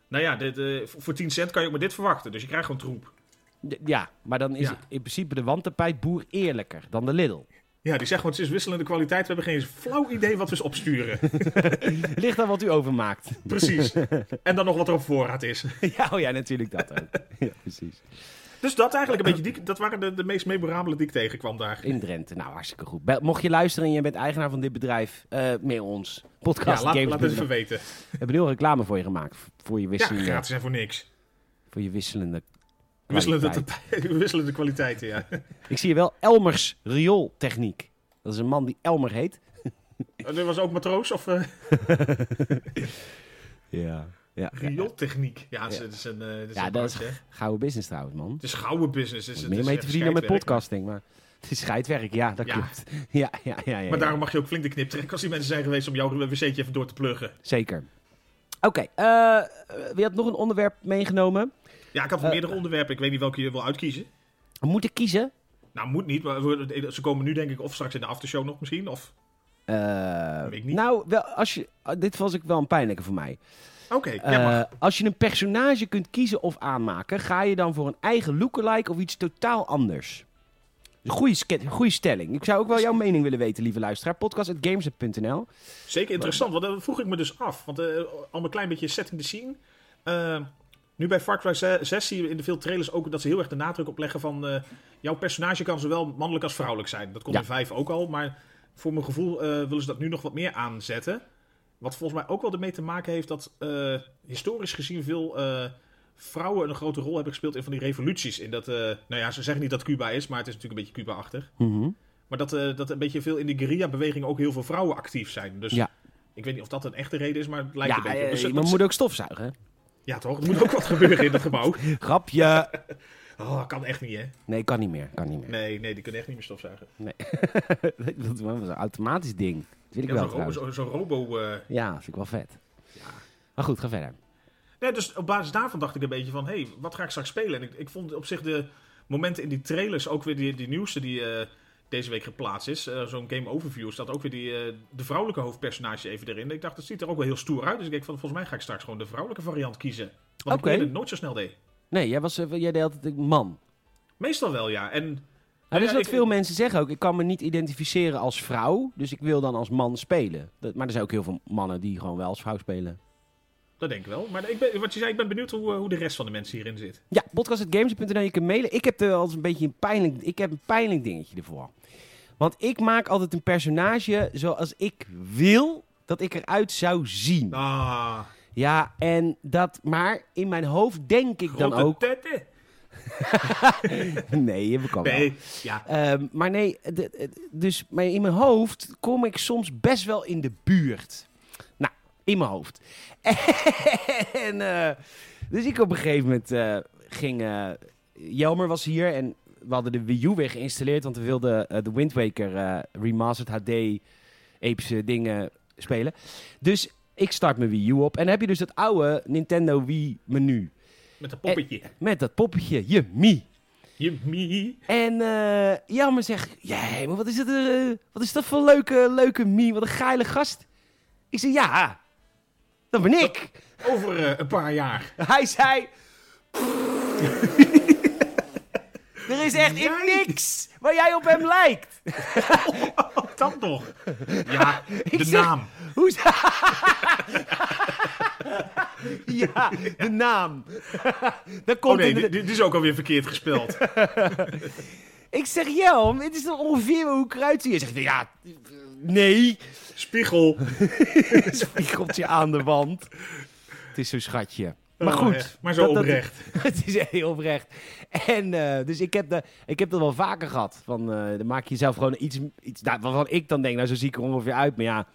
B: nou ja, dit, eh, voor voor 10 cent kan je ook maar dit verwachten, dus je krijgt gewoon troep.
A: D- ja, maar dan is
B: Ja.
A: in principe de wandtapijtboer eerlijker dan de Lidl.
B: Ja, die zeggen gewoon, het is wisselende kwaliteit. We hebben geen flauw idee wat we eens opsturen.
A: Ligt aan wat u overmaakt.
B: Precies. En dan nog wat er op voorraad is.
A: ja, oh ja, natuurlijk dat ook. ja, precies.
B: Dus dat eigenlijk een beetje, die, dat waren de, de meest memorabele die ik tegenkwam daar.
A: In Drenthe. Nou, hartstikke goed. Be- Mocht je luisteren en je bent eigenaar van dit bedrijf, eh mail ons.
B: Ja,
A: Podcast
B: laat,
A: Games.
B: laat het even weten.
A: We hebben heel reclame voor je gemaakt. v- Voor je
B: Ja,
A: wisselende,
B: gratis en voor niks.
A: voor je wisselende
B: Wisselende,
A: kwaliteit.
B: tap- wisselende kwaliteiten, ja.
A: Ik zie hier wel Elmers riooltechniek. Dat is een man die Elmer heet.
B: Dat Oh, was ook matroos of eh
A: Ja. Ja,
B: riooltechniek. Ja, het is,
A: Ja.
B: het is een, eh, het is
A: Ja,
B: een
A: dat
B: bar,
A: is-
B: hè.
A: gouden business trouwens, man.
B: Het is gouden business. dus Het is,
A: Om
B: het
A: meer
B: is
A: mee
B: echt
A: te verdienen met
B: scheidwerk.
A: podcasting, maar het is scheidwerk, ja, dat
B: Ja.
A: klopt. Ja, ja, ja, ja, ja.
B: Maar daarom mag je ook flink de knip trekken als die mensen zijn geweest om jouw wc'tje even door te pluggen.
A: Zeker. Oké, eh, eh, je had nog een onderwerp meegenomen.
B: Ja, ik had
A: Eh,
B: meerdere onderwerpen. Ik weet niet welke je wil uitkiezen.
A: We moeten kiezen.
B: Nou, moet niet. Maar we- ze komen nu denk ik of straks in de aftershow nog misschien. Of...
A: Eh,
B: Weet ik niet.
A: Nou, wel, als je, ah, dit was ik wel een pijnlijke voor mij.
B: Oké, ja, mag.
A: Eh, als je een personage kunt kiezen of aanmaken, ga je dan voor een eigen lookalike of iets totaal anders? Goeie, ske- goeie stelling. Ik zou ook wel jouw mening willen weten, lieve luisteraar. Podcast.gameset.nl
B: Zeker interessant, want dat vroeg ik me dus af. Want eh, al een klein beetje setting the scene. Eh, nu bij Far Cry 6 zie je in de veel trailers ook dat ze heel erg de nadruk op leggen van... eh, jouw personage kan zowel mannelijk als vrouwelijk zijn. Dat kon
A: Ja.
B: in 5 ook al, maar voor mijn gevoel eh, willen ze dat nu nog wat meer aanzetten. Wat volgens mij ook wel ermee te maken heeft dat eh, historisch gezien veel... eh, Vrouwen een grote rol hebben gespeeld in van die revoluties. In dat, eh, nou ja, ze zeggen niet dat Cuba is, maar het is natuurlijk een beetje Cuba-achtig.
A: Mhm.
B: Maar dat, eh, dat een beetje veel in de guerrilla-beweging ook heel veel vrouwen actief zijn. Dus
A: Ja.
B: ik weet niet of dat een echte reden is, maar het lijkt
A: Ja,
B: een beetje. op. Dus
A: eh,
B: dat-
A: maar
B: dat-
A: moet ook stofzuigen.
B: ja, toch? Er moet ook wat gebeuren in dat gebouw.
A: Grapje.
B: Oh, kan echt niet, hè?
A: Nee, kan niet meer. Kan niet meer.
B: Nee, nee, die kunnen echt niet meer stofzuigen.
A: dat was een automatisch ding. Dat wil ik
B: Ja,
A: wel
B: Zo'n robo...
A: trouwens.
B: Zo, zo'n robo eh.
A: Ja, vind ik wel vet.
B: Ja.
A: Maar goed, ga verder.
B: Nee, dus op basis daarvan dacht ik een beetje van... hé, hey, wat ga ik straks spelen? En ik, ik vond op zich de momenten in die trailers... ook weer die, die nieuwste die eh, deze week geplaatst is... eh, zo'n game overview... staat ook weer die, eh, de vrouwelijke hoofdpersonage even erin. Ik dacht, dat ziet er ook wel heel stoer uit. Dus ik denk van, volgens mij ga ik straks gewoon de vrouwelijke variant kiezen. Wat
A: Oké.
B: ik eerder nooit zo snel deed.
A: Nee, jij, was, eh, jij deed altijd een man.
B: Meestal wel, ja. En
A: Maar
B: Ja,
A: Nou, dat is wat
B: ik-
A: veel mensen zeggen ook. Ik kan me niet identificeren als vrouw, dus ik wil dan als man spelen. Dat, maar er zijn ook heel veel mannen die gewoon wel als vrouw spelen.
B: dat denk ik wel. Maar ik ben, wat je zei, ik ben benieuwd hoe, eh, hoe de rest van de mensen hierin zit.
A: Ja, podcast.games.nl, je kunt mailen. Ik heb er wel eens een beetje een pijnlijk, ik heb een pijnlijk dingetje ervoor. Want ik maak altijd een personage zoals ik wil dat ik eruit zou zien.
B: Ah,
A: Ja, en dat, maar in mijn hoofd denk ik dan
B: grote
A: ook...
B: tetten.
A: Nee, je kan Oh, wel.
B: Nee, ja.
A: Ehm, maar nee, de- de- dus maar in mijn hoofd kom ik soms best wel in de buurt. Nou, in mijn hoofd. en, eh, dus ik op een gegeven moment eh, ging... eh, Jelmer was hier en we hadden de Wii U weer geïnstalleerd... want we wilden eh, de Wind Waker eh, Remastered HD epische dingen spelen. Dus ik start mijn Wii U op en dan heb je dus dat oude Nintendo Wii menu...
B: Met een poppetje.
A: met dat poppetje, je Mii.
B: Je mie.
A: En eh Jelmer zegt, jij, maar wat is, dat, eh, wat is dat voor leuke, leuke Mie, wat een geile gast. Ik zei, ja, dat ben ik.
B: Over eh, een paar jaar.
A: Hij zei, er is echt in
B: Jij?
A: niks waar jij op hem lijkt.
B: Dat nog. Ja, de
A: zeg-
B: naam.
A: Hoe is Ja, de naam. dat komt
B: Oh nee,
A: in de...
B: dit, dit is ook alweer verkeerd gespeld.
A: Ik zeg, Jelm, het is toch ongeveer hoe kruid hij is. Hij zegt, ja, nee.
B: Spiegel.
A: spiegelt je aan de wand. Het is zo'n schatje. Maar
B: Oh,
A: goed.
B: echt. Maar zo
A: dat- dat-
B: oprecht.
A: het is heel oprecht. En eh, dus ik heb, de, ik heb dat wel vaker gehad. Van, eh, dan maak je jezelf gewoon iets, iets nou, waarvan ik dan denk, nou zo zie ik er ongeveer uit. Maar ja,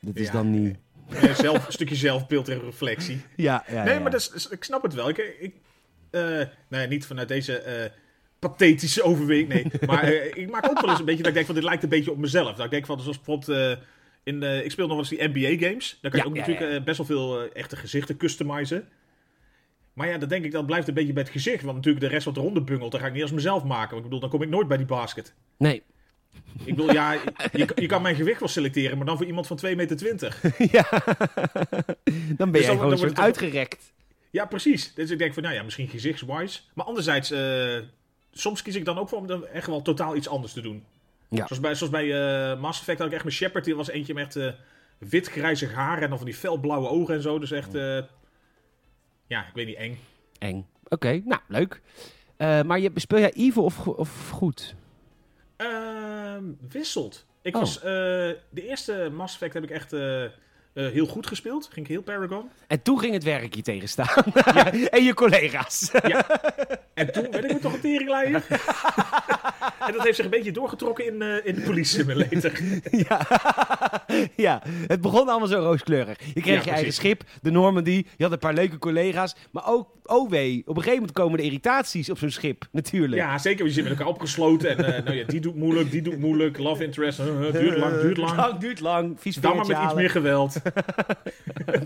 A: dat is
B: Ja.
A: dan niet...
B: Eh, zelf, een stukje zelfbeeld en reflectie.
A: Ja, ja,
B: Nee,
A: ja.
B: maar dat is- is- ik snap het wel. Ik, ik, eh, nou ja, niet vanuit deze eh, pathetische overweging. Nee, maar eh, ik maak ook wel eens een beetje dat ik denk van dit lijkt een beetje op mezelf. Dat ik denk van zoals bijvoorbeeld eh, in eh, ik speel nog wel eens die NBA games. Daar kan
A: Ja,
B: je ook
A: ja,
B: natuurlijk
A: ja.
B: eh, best wel veel eh, echte gezichten customizen. Maar ja, dat denk ik dat blijft een beetje bij het gezicht. Want natuurlijk de rest wat eronder bungelt, dan ga ik niet als mezelf maken. Want ik bedoel, dan kom ik nooit bij die basket.
A: Nee.
B: Ik bedoel, ja, je, je kan mijn gewicht wel selecteren, maar dan voor iemand van 2,20 meter.
A: ja. dan ben jij
B: dan- Dus dan
A: gewoon een
B: wordt
A: soort
B: het ook-
A: uitgerekt.
B: Ja, precies. Dus ik denk van, nou ja, misschien gezichtswise. Maar anderzijds, eh, soms kies ik dan ook voor om dan echt wel totaal iets anders te doen.
A: Ja.
B: Zoals bij, zoals bij eh, Mass Effect had ik echt mijn Shepard. Die was eentje met echt eh, wit-grijzig haar en dan van die felblauwe ogen en zo. Dus echt, eh, ja, ik weet niet, eng.
A: Eng. Oké, nou, leuk. Eh, maar je, speel jij evil of, go- of goed?
B: Ehm, wisselt. Ik
A: Oh.
B: was, eh, de eerste Mass Effect heb ik echt eh, eh, heel goed gespeeld. Ging ik heel Paragon.
A: En toen ging het werk je tegenstaan. en je collega's.
B: En toen werd ik me toch een teringleier. en dat heeft zich een beetje doorgetrokken in, eh in de police simulator.
A: ja. ja, het begon allemaal zo rooskleurig. Je kreeg je
B: precies.
A: eigen schip, de Normandy, je had een paar leuke collega's. Maar ook, oh wee, op een gegeven moment komen de irritaties op zo'n schip, natuurlijk.
B: Ja, zeker. We zitten met elkaar opgesloten. En eh, nou ja, die doet moeilijk, die doet moeilijk. Love interest, eh, eh, duurt lang, duurt lang.
A: Lang duurt lang, vies
B: Dan maar
A: vingertje
B: met iets
A: halen.
B: meer geweld.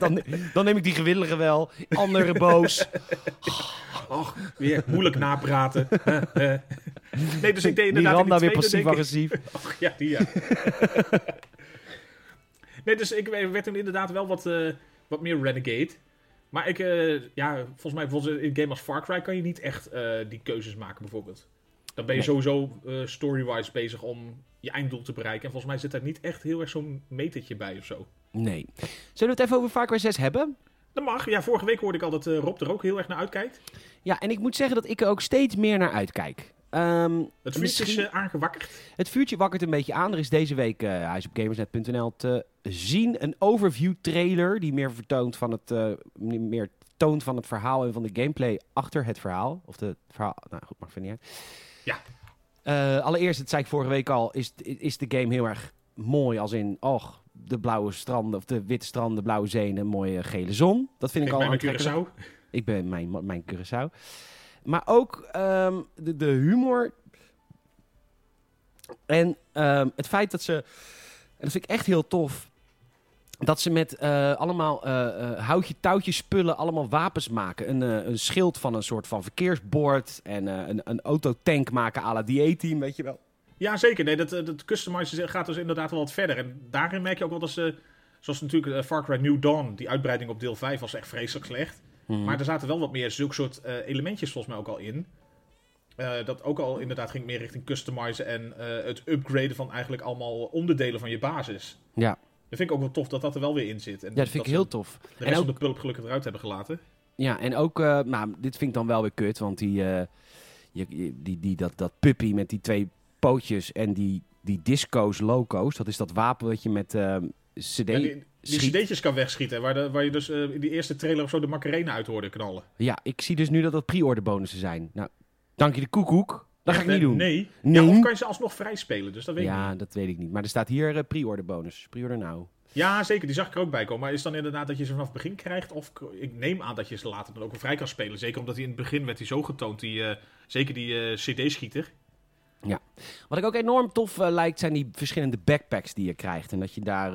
A: Dan, dan neem ik die gewillige wel, andere boos.
B: Och, weer moeilijk napraten. Eh, eh. nee, dus ik deed inderdaad
A: Miranda
B: in
A: weer
B: die tweede, denk ik-
A: passief-agressief.
B: Och, ja, die ja. nee, dus ik werd toen inderdaad wel wat, eh, wat meer renegade. Maar ik, eh, ja, volgens mij bijvoorbeeld in games als Far Cry kan je niet echt eh, die keuzes maken bijvoorbeeld. Dan ben je
A: Nee.
B: sowieso eh, story-wise bezig om je einddoel te bereiken. En volgens mij zit daar niet echt heel erg zo'n metertje bij of zo.
A: Nee. Zullen we het even over Far Cry 6 hebben?
B: Dat mag. Ja, vorige week hoorde ik al dat eh, Rob er ook heel erg naar uitkijkt.
A: Ja, en ik moet zeggen dat ik er ook steeds meer naar uitkijk. Ehm,
B: Het vuurtje is
A: Misschien-
B: eh, aangewakkerd.
A: het vuurtje wakkert een beetje aan. Er is deze week, eh, hij is op gamersnet.nl te zien, een overview trailer die meer vertoont van het, eh, meer toont van het verhaal en van de gameplay achter het verhaal. Of de het verhaal, nou goed, maakt verder niet uit.
B: Ja.
A: Eh, allereerst, dat zei ik vorige week al, is, is de game heel erg mooi als in, och, de blauwe stranden, of de witte stranden, blauwe zeeën en mooie gele zon. Dat vind ik,
B: Ik
A: al
B: ben met
A: aantrekkelijk.
B: Curaçao.
A: Ik ben mijn, mijn Curaçao. Maar ook ehm, de, de humor. En ehm, het feit dat ze. En dat vind ik echt heel tof. Dat ze met eh, allemaal eh, eh, houtje touwtje spullen allemaal wapens maken. Een, eh, een schild van een soort van verkeersbord. En eh, een, een autotank maken à la die team weet je wel.
B: Ja, zeker. Nee, dat, eh, dat customizen gaat dus inderdaad wel wat verder. En daarin merk je ook wel dat ze... Zoals natuurlijk eh, Far Cry New Dawn, die uitbreiding op deel 5 was echt vreselijk slecht.
A: Mhm.
B: Maar er zaten wel wat meer zulke soort eh, elementjes volgens mij ook al in. Eh, dat ook al inderdaad ging meer richting customizen en eh, het upgraden van eigenlijk allemaal onderdelen van je basis.
A: Ja,
B: Dat vind ik ook wel tof dat dat er wel weer in zit. En
A: ja dat vind ik
B: ze
A: heel tof.
B: De
A: en
B: rest
A: ook-
B: van de pulp gelukkig eruit hebben gelaten.
A: Ja, en ook, eh, nou, dit vind ik dan wel weer kut, want die, eh, je, je- die, die, dat, dat puppy met die twee pootjes en die, die disco's, loco's, dat is dat wapen wat je met eh, cd
B: Ja, die, die
A: schiet.
B: cd'tjes kan wegschieten, waar, de, waar je dus eh, in die eerste trailer of zo de Macarena uit hoorde knallen.
A: Ja, ik zie dus nu dat dat pre-order bonussen zijn. Nou, dank je de koekoek. Dat ga ik niet doen.
B: Nee.
A: Nee.
B: Ja, of kan je ze alsnog vrij spelen, dus dat weet ik
A: ja,
B: niet.
A: dat weet ik niet. Maar er staat hier eh, pre-order bonus. Pre-order nou.
B: Ja, zeker, die zag ik er ook bij komen. Maar is dan inderdaad dat je ze vanaf het begin krijgt? Of k- ik neem aan dat je ze later dan ook wel vrij kan spelen. Zeker omdat hij in het begin werd hij zo getoond, die, eh, zeker die eh, cd-schieter.
A: Wat ik ook enorm tof eh, lijkt, zijn die verschillende backpacks die je krijgt. En dat je daar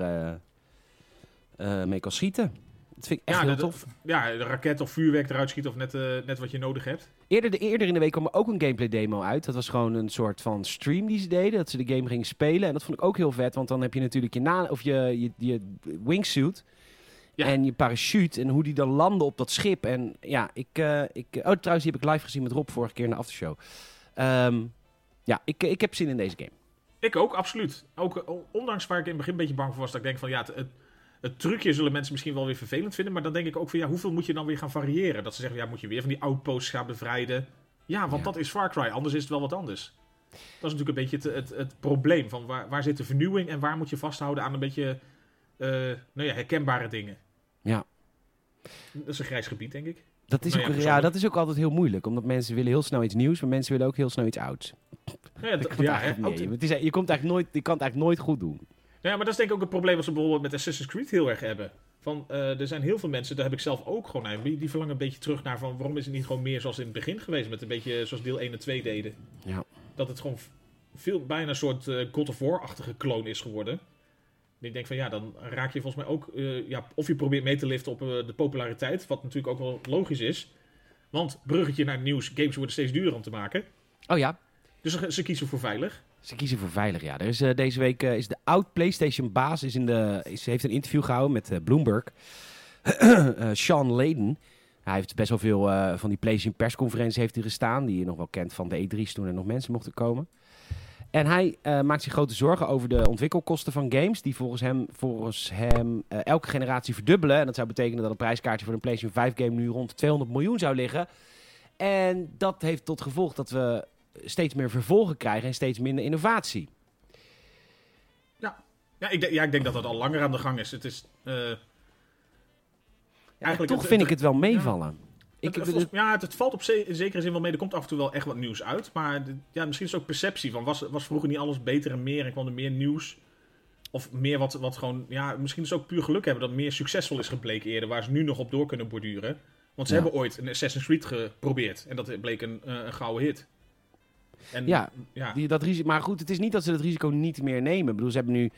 A: eh, eh, mee kan schieten. Dat vind ik echt
B: Ja,
A: heel
B: dat-
A: tof.
B: Ja, een raket of vuurwerk eruit schieten of net, eh, net wat je nodig hebt.
A: Eerder, de, eerder in de week kwam er ook een gameplay demo uit. Dat was gewoon een soort van stream die ze deden. Dat ze de game gingen spelen. En dat vond ik ook heel vet. Want dan heb je natuurlijk je, na, of je, je, je wingsuit.
B: Ja.
A: En je parachute. En hoe die dan landen op dat schip. En ja, ik... eh, ik oh, trouwens, die heb ik live gezien met Rob vorige keer in de aftershow. Ehm, ja, ik, ik heb zin in deze game.
B: Ik ook, absoluut. Ook, eh, ondanks waar ik in het begin een beetje bang voor was, dat ik denk van ja, het, het, het trucje zullen mensen misschien wel weer vervelend vinden. Maar dan denk ik ook van ja, hoeveel moet je dan weer gaan variëren? Dat ze zeggen, ja, moet je weer van die outposts gaan bevrijden? Ja, want
A: Ja.
B: dat is Far Cry, anders is het wel wat anders. Dat is natuurlijk een beetje het, het, het probleem van waar, waar zit de vernieuwing en waar moet je vasthouden aan een beetje eh, nou ja, herkenbare dingen.
A: Ja.
B: Dat is een grijs gebied, denk ik.
A: Dat is,
B: Nou
A: ook,
B: ja,
A: ja,
B: persoonlijk.
A: dat is ook altijd heel moeilijk. Omdat mensen willen heel snel iets nieuws. Maar mensen willen ook heel snel iets ouds.
B: Nou ja,
A: Dat
B: dat-
A: komt
B: ja,
A: eigenlijk
B: hè,
A: op neer. Het is, je, komt eigenlijk nooit, je kan het eigenlijk nooit goed doen.
B: Nou ja, maar dat is denk ik ook het probleem wat ze bijvoorbeeld met Assassin's Creed heel erg hebben. Van, eh, er zijn heel veel mensen, daar heb ik zelf ook gewoon aan, die die verlangen een beetje terug naar van waarom is het niet gewoon meer zoals in het begin geweest, met een beetje zoals deel 1 en 2 deden.
A: Ja.
B: Dat het gewoon v- veel, bijna een soort eh, God of War-achtige kloon is geworden. En ik denk van ja, dan raak je volgens mij ook, eh, ja, of je probeert mee te liften op eh, de populariteit, wat natuurlijk ook wel logisch is. Want bruggetje naar het nieuws, games worden steeds duurder om te maken.
A: Oh ja,
B: Dus ze, ze kiezen voor veilig.
A: Ze kiezen voor veilig, ja. Er is, eh, deze week eh, is de oud-PlayStation-baas is in de, is, heeft een interview gehouden met eh, Bloomberg. Eh, Sean Layden. Hij heeft best wel veel eh, E van die PlayStation persconferenties heeft hij gestaan. Die je nog wel kent van de E3's toen er nog mensen mochten komen. En hij eh, maakt zich grote zorgen over de ontwikkelkosten van games, die volgens hem, volgens hem eh, elke generatie verdubbelen. En dat zou betekenen dat een prijskaartje voor een PlayStation 5 game nu rond 200 miljoen zou liggen. En dat heeft tot gevolg dat we steeds meer vervolgen krijgen en steeds minder innovatie.
B: Ja ik, denk- ja, ik denk dat dat al langer aan de gang is. Het is eh,
A: Eigenlijk
B: Eigenlijk
A: toch
B: het-
A: vind
B: het-
A: ik het wel meevallen. Ik,
B: Het, het- volgens- ja, het, het valt op ze- in zekere zin wel mee. Er komt af en toe wel echt wat nieuws uit. Maar de- ja, misschien is het ook perceptie. Van was, was vroeger niet alles beter en meer en kwam er meer nieuws? Of meer wat, wat gewoon... Ja, misschien is het ook puur geluk hebben dat meer succesvol is gebleken eerder. Waar ze nu nog op door kunnen borduren. Want ze
A: Ja.
B: hebben ooit een Assassin's Creed geprobeerd. En dat bleek een, eh, een gouden hit. En,
A: Ja,
B: ja.
A: Die, dat risico, maar goed, het is niet dat ze dat risico niet meer nemen. Ik bedoel, ze hebben nu...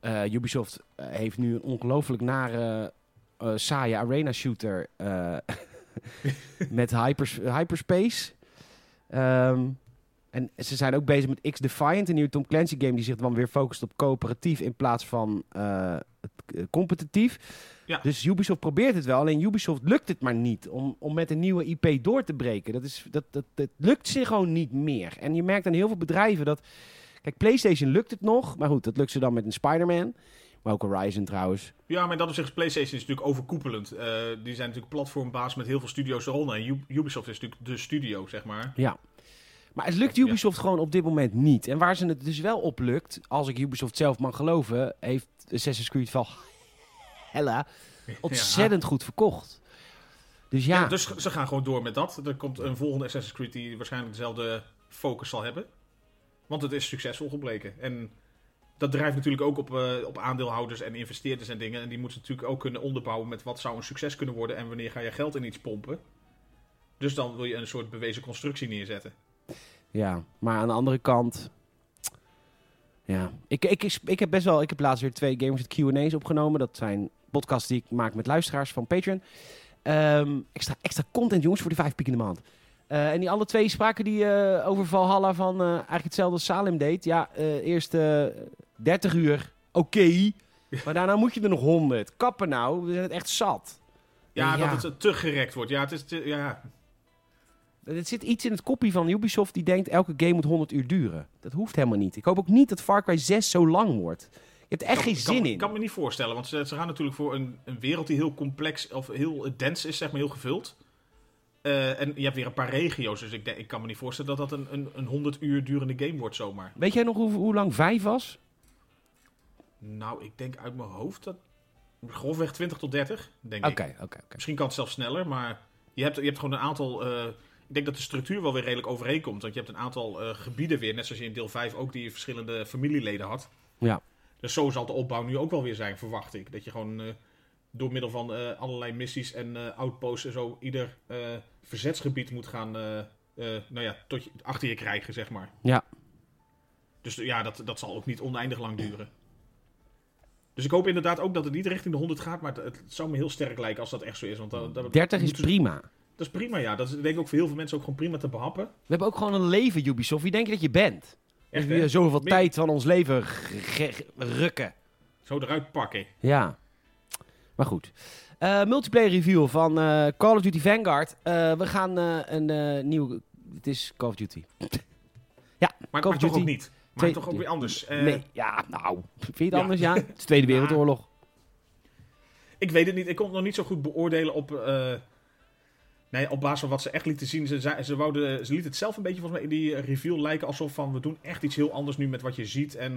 A: eh, Ubisoft eh, heeft nu een ongelooflijk nare, eh, saaie arena shooter eh, met hypers, hyperspace. Ehm, en ze zijn ook bezig met X-Defiant, een nieuwe Tom Clancy game... die zich dan weer focust op coöperatief in plaats van eh, het, eh, competitief.
B: Ja.
A: Dus Ubisoft probeert het wel, alleen Ubisoft lukt het maar niet... om, om met een nieuwe IP door te breken. Dat, is, dat, dat, dat lukt ze gewoon niet meer. En je merkt aan heel veel bedrijven dat... Kijk, PlayStation lukt het nog, maar goed, dat lukt ze dan met een Spider-Man... Maar ook Horizon trouwens.
B: Ja, maar in dat op zich, PlayStation is natuurlijk overkoepelend. Eh, die zijn natuurlijk platformbaas met heel veel studio's eronder. En Ub- Ubisoft is natuurlijk de studio, zeg maar.
A: Ja. Maar het lukt
B: Ja.
A: Ubisoft gewoon op dit moment niet. En waar ze het dus wel op lukt, als ik Ubisoft zelf mag geloven, heeft Assassin's Creed Valhalla ontzettend goed verkocht. Dus ja,
B: Ja, dus ge- ze gaan gewoon door met dat. Er komt een volgende Assassin's Creed die waarschijnlijk dezelfde focus zal hebben. Want het is succesvol gebleken. En dat drijft natuurlijk ook op, eh, op aandeelhouders en investeerders en dingen. En die moeten natuurlijk ook kunnen onderbouwen met wat zou een succes kunnen worden en wanneer ga je geld in iets pompen. Dus dan wil je een soort bewezen constructie neerzetten.
A: ja. maar aan de andere kant... Ja, ik, ik, ik heb best wel... Ik heb laatst weer twee Gamers met Q&A's opgenomen. Dat zijn podcasts die ik maak met luisteraars van Patreon. Ehm, extra, extra content, jongens, voor de vijf piek in de maand. Eh, en die alle twee spraken die eh, over Valhalla van eh, eigenlijk hetzelfde als Salem deed. Ja, eh eerst eh 30 uur, oké. Maar daarna moet je er nog 100. Kappen nou, we zijn het echt zat.
B: Ja,
A: Ja.
B: dat het te gerekt wordt. Ja, het is te- ja.
A: Er zit iets in het kopje van Ubisoft die denkt elke game moet 100 uur duren. Dat hoeft helemaal niet. Ik hoop ook niet dat Far Cry 6 zo lang wordt. Je hebt er echt
B: kan-
A: geen
B: kan,
A: zin in.
B: Ik kan me niet voorstellen, want ze, ze gaan natuurlijk voor een, een wereld die heel complex of heel eh, dens is, zeg maar, heel gevuld. Eh, en je hebt weer een paar regio's, dus ik, denk- ik kan me niet voorstellen dat dat een, een, een 100 uur durende game wordt zomaar.
A: Weet jij nog hoe, hoe lang 5 was?
B: Nou, ik denk uit mijn hoofd dat grofweg 20 tot 30, denk
A: Oké,
B: ik.
A: oké, oké.
B: Misschien kan het zelfs sneller, maar je hebt, je hebt gewoon een aantal... eh, ik denk dat de structuur wel weer redelijk overeenkomt. Want je hebt een aantal eh, gebieden weer, net zoals je in deel 5 ook die verschillende familieleden had.
A: Ja.
B: Dus zo zal de opbouw nu ook wel weer zijn, verwacht ik. Dat je gewoon eh, door middel van eh, allerlei missies en eh, outposts en zo ieder eh, verzetsgebied moet gaan, eh, eh, nou ja, tot je, achter je krijgen, zeg maar.
A: Ja.
B: Dus ja, dat, dat zal ook niet oneindig lang duren. Dus ik hoop inderdaad ook dat het niet richting de 100 gaat, maar het, het zou me heel sterk lijken als dat echt zo is. Want dat, dat,
A: 30 is
B: moeten ze-
A: prima.
B: dus dat is prima, ja. Dat is denk ik ook voor heel veel mensen ook gewoon prima te behappen.
A: We hebben ook gewoon een leven, Ubisoft. Wie denk je dat je bent?
B: Echt,
A: Dus
B: hè?
A: weer zoveel
B: Meer-
A: tijd van ons leven g- g- rukken.
B: Zo eruit pakken.
A: Ja. Maar goed. Eh, multiplayer review van eh, Call of Duty Vanguard. Eh, we gaan eh, een eh, nieuwe... Het is Call of Duty.
B: Maar,
A: Call
B: maar
A: of
B: toch ook
A: Duty.
B: niet. Maar
A: Twee-
B: toch ook weer anders. Eh,
A: nee, ja, nou. Vind je het
B: ja.
A: anders, ja? Het is Tweede Wereldoorlog.
B: Ik weet het niet. Ik kon het nog niet zo goed beoordelen op, eh, nee, op basis van wat ze echt lieten zien. Ze, zei- ze, wouden, ze liet het zelf een beetje volgens mij in die reveal lijken alsof van we doen echt iets heel anders nu met wat je ziet. En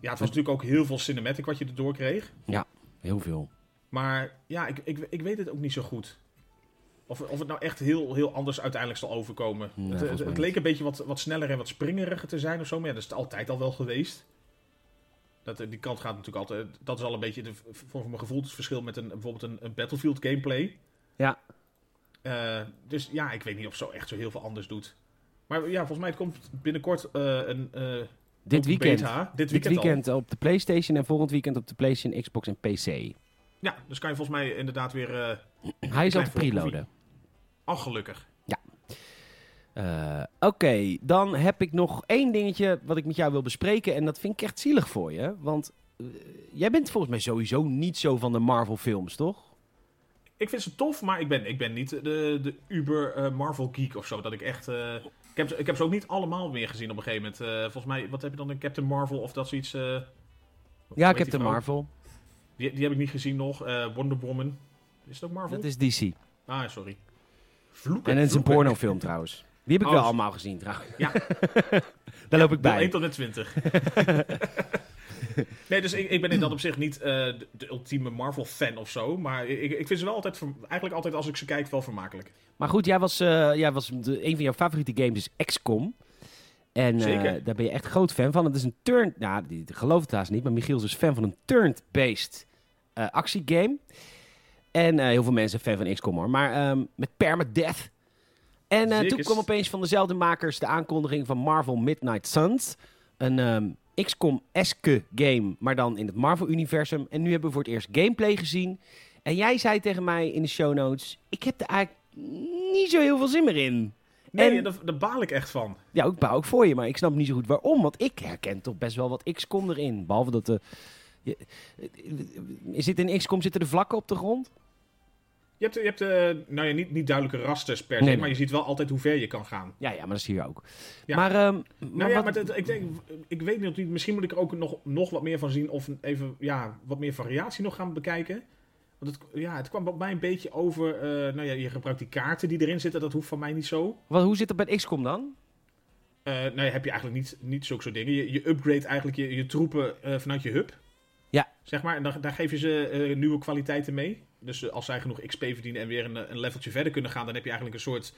B: ja, het was natuurlijk ook heel veel cinematic wat je erdoor kreeg.
A: Heel veel.
B: Maar ja, ik, ik, ik weet het ook niet zo goed. Of, of het nou echt heel, heel anders uiteindelijk zal overkomen.
A: Nee,
B: het
A: volgens
B: het-
A: mij
B: het
A: niet.
B: leek een beetje wat, wat sneller en wat springeriger te zijn of zo. Maar ja, dat is het altijd al wel geweest. Dat, eh, die kant gaat natuurlijk altijd. eh, Dat is al een beetje, de, voor mijn gevoel, het verschil met een, bijvoorbeeld een, een Battlefield gameplay.
A: Ja.
B: Eh, dus ja, ik weet niet of zo echt zo heel veel anders doet. Maar ja, volgens mij het komt binnenkort eh, een. eh,
A: Dit
B: open
A: weekend.
B: beta. Dit
A: Dit
B: weekend. al.
A: weekend op de PlayStation en volgend weekend op de PlayStation, Xbox en PC.
B: Ja, dus kan je volgens mij inderdaad weer. eh
A: Hij is aan het
B: voorproefje.
A: preloaden.
B: ach, gelukkig.
A: Eh, Oké, dan heb ik nog één dingetje wat ik met jou wil bespreken. En dat vind ik echt zielig voor je. Want eh, jij bent volgens mij sowieso niet zo van de Marvel-films, toch?
B: Ik vind ze tof, maar ik ben, ik ben niet de, de uber eh, Marvel geek of zo. Dat ik echt eh, Ik heb, ze- ik heb ze ook niet allemaal meer gezien op een gegeven moment. Eh, volgens mij, wat heb je dan? Een Captain Marvel of dat soort. eh,
A: Ja,
B: weet
A: Captain
B: die vrouw?
A: Marvel.
B: Die, die heb ik niet gezien nog. Eh, Wonder Woman. Is het ook Marvel?
A: Dat is DC.
B: Ah, sorry. Vloeken.
A: En het is een
B: vloeken.
A: pornofilm trouwens. Die heb ik
B: Oh,
A: wel
B: is-
A: allemaal gezien trouwens.
B: Ja.
A: Daar loop ik
B: Deel 1
A: bij.
B: tot met 20. nee, dus ik, ik ben in dat opzicht niet eh, de, de ultieme Marvel-fan of zo. Maar ik, ik vind ze wel altijd, ver- eigenlijk altijd als ik ze kijk, wel vermakelijk.
A: Maar goed, jij was, eh, jij was de- een van jouw favoriete games is XCOM. En eh,
B: Zeker.
A: daar ben je echt groot fan van. Het is een turn... Nou, die- die geloof het haast niet, maar Michiel is dus fan van een turn-based eh, actiegame. En eh, heel veel mensen zijn fan van XCOM hoor. Maar ehm, met permadeath. En eh, toen
B: Zekers.
A: kwam opeens van dezelfde makers de aankondiging van Marvel Midnight Suns. Een ehm, XCOM-eske game, maar dan in het Marvel-universum. En nu hebben we voor het eerst gameplay gezien. En jij zei tegen mij in de show notes: Ik heb er eigenlijk niet zo heel veel zin meer in.
B: Nee,
A: En-
B: daar, daar baal ik echt van.
A: Ja, ik bouw ook voor je, maar ik snap niet zo goed waarom. Want ik herken toch best wel wat XCOM erin. Behalve dat de. je- eh, Is dit in XCOM zitten de vlakken op de grond?
B: Je hebt, je hebt eh, nou ja, niet, niet duidelijke rasters per se,
A: Nee, nee.
B: maar je ziet wel altijd hoe ver je kan gaan.
A: Ja, ja, maar dat is hier ook.
B: Ja.
A: Maar, ehm, maar
B: Nou ja,
A: wat-
B: maar dat- ik, denk, ik weet nog niet, misschien moet ik er ook nog, nog wat meer van zien of even ja, wat meer variatie nog gaan bekijken. Want het, ja, het kwam bij mij een beetje over, eh, nou ja, je gebruikt die kaarten die erin zitten, dat hoeft van mij niet zo.
A: wat, hoe zit het bij XCOM dan?
B: Eh nou ja, heb je eigenlijk niet, niet zulke soort dingen. Je, je upgrade eigenlijk je, je troepen eh, vanuit je hub.
A: Ja.
B: Zeg maar, en dan, daar geef je ze eh, nieuwe kwaliteiten mee. Dus eh, als zij genoeg XP verdienen en weer een, eh, een leveltje verder kunnen gaan, dan heb je eigenlijk een soort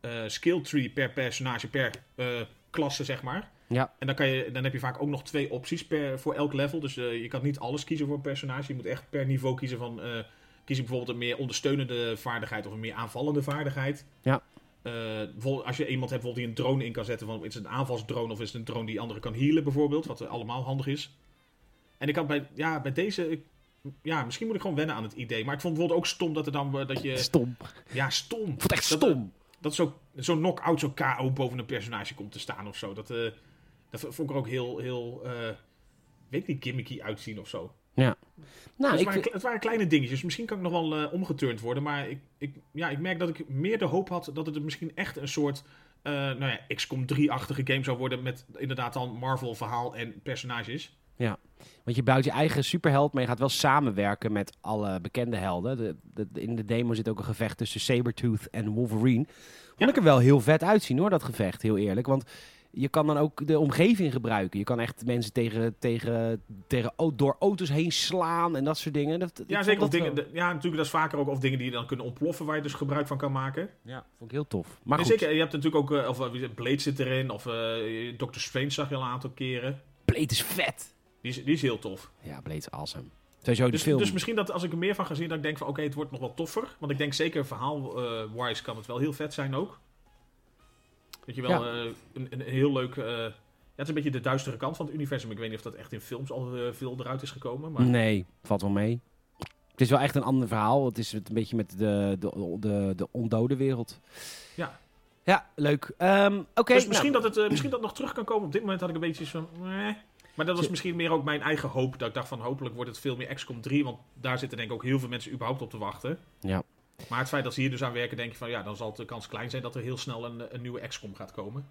B: eh, skill tree per personage, per eh, klasse, zeg maar.
A: Ja.
B: En dan, kan je, dan heb je vaak ook nog twee opties per, voor elk level. Dus eh, je kan niet alles kiezen voor een personage. Je moet echt per niveau kiezen van... eh, kies ik bijvoorbeeld een meer ondersteunende vaardigheid of een meer aanvallende vaardigheid.
A: Ja.
B: Eh, bijvoorbeeld als je iemand hebt bijvoorbeeld die een drone in kan zetten, van, is het een aanvalsdrone of is het een drone die anderen kan healen bijvoorbeeld, wat eh, allemaal handig is. En ik had bij, ja, bij deze, ik- ja, misschien moet ik gewoon wennen aan het idee, maar ik vond het bijvoorbeeld ook stom dat er dan, eh, dat je,
A: Stom. Ik
B: ja, stom.
A: vond het echt
B: Dat- eh,
A: stom.
B: Dat zo'n zo knock-out, zo'n KO boven een personage komt te staan of zo. Dat, eh, dat vond ik er ook heel, heel, eh, weet niet, gimmicky uitzien of zo.
A: Nou,
B: het,
A: ik,
B: waren, kle- het waren kleine dingetjes. Misschien kan ik nog wel eh omgeturnd worden. Maar ik, ik, ja, ik merk dat ik meer de hoop had dat het misschien echt een soort eh, nou ja, XCOM 3-achtige game zou worden. Met inderdaad dan Marvel-verhaal en personages.
A: Want je bouwt je eigen superheld, maar je gaat wel samenwerken met alle bekende helden. De, de- de- in de demo zit ook een gevecht tussen Sabertooth en Wolverine. Vond
B: Ja.
A: ik er wel heel vet uitzien hoor, dat gevecht, heel eerlijk. Want je kan dan ook de omgeving gebruiken. Je kan echt mensen tegen, tegen, tegen, au- door auto's heen slaan en dat soort dingen. Dat, ik
B: Ja,
A: vond
B: zeker. Of
A: dat
B: dingen,
A: wel-
B: de- ja, natuurlijk, dat is vaker ook. Of dingen die je dan kunnen ontploffen, waar je dus gebruik van kan maken.
A: Ja, vond ik heel tof. Maar
B: en
A: goed,
B: zeker, je hebt natuurlijk ook. eh, of eh, wie zit- Blade zit erin. Of eh Doctor Strange zag je al een aantal keren.
A: Blade is vet.
B: Die is, die is heel tof.
A: Ja, Blade is awesome. Sowieso de
B: Dus,
A: Oh, film.
B: dus misschien dat als ik er meer van ga zien, dat ik denk van oké, het wordt nog wel toffer. Want ik denk zeker verhaal-wise kan het wel heel vet zijn ook. Dat je wel eh, een, een heel leuk... eh, ja, het is een beetje de duistere kant van het universum. Ik weet niet of dat echt in films al eh, veel eruit is gekomen. Maar
A: Nee, valt wel mee. Het is wel echt een ander verhaal. Het is het een beetje met de, de, de, de ondode wereld.
B: Ja.
A: Ja, leuk. Ehm, Oké,
B: dus misschien,
A: nou,
B: dat het, eh, misschien dat het nog terug kan komen. Op dit moment had ik een beetje iets van... meh. Maar dat was misschien meer ook mijn eigen hoop. Dat ik dacht van hopelijk wordt het veel meer XCOM 3. Want daar zitten denk ik ook heel veel mensen überhaupt op te wachten.
A: Ja.
B: Maar het feit dat ze hier dus aan werken, denk je van ja, dan zal de kans klein zijn dat er heel snel een, een nieuwe XCOM gaat komen.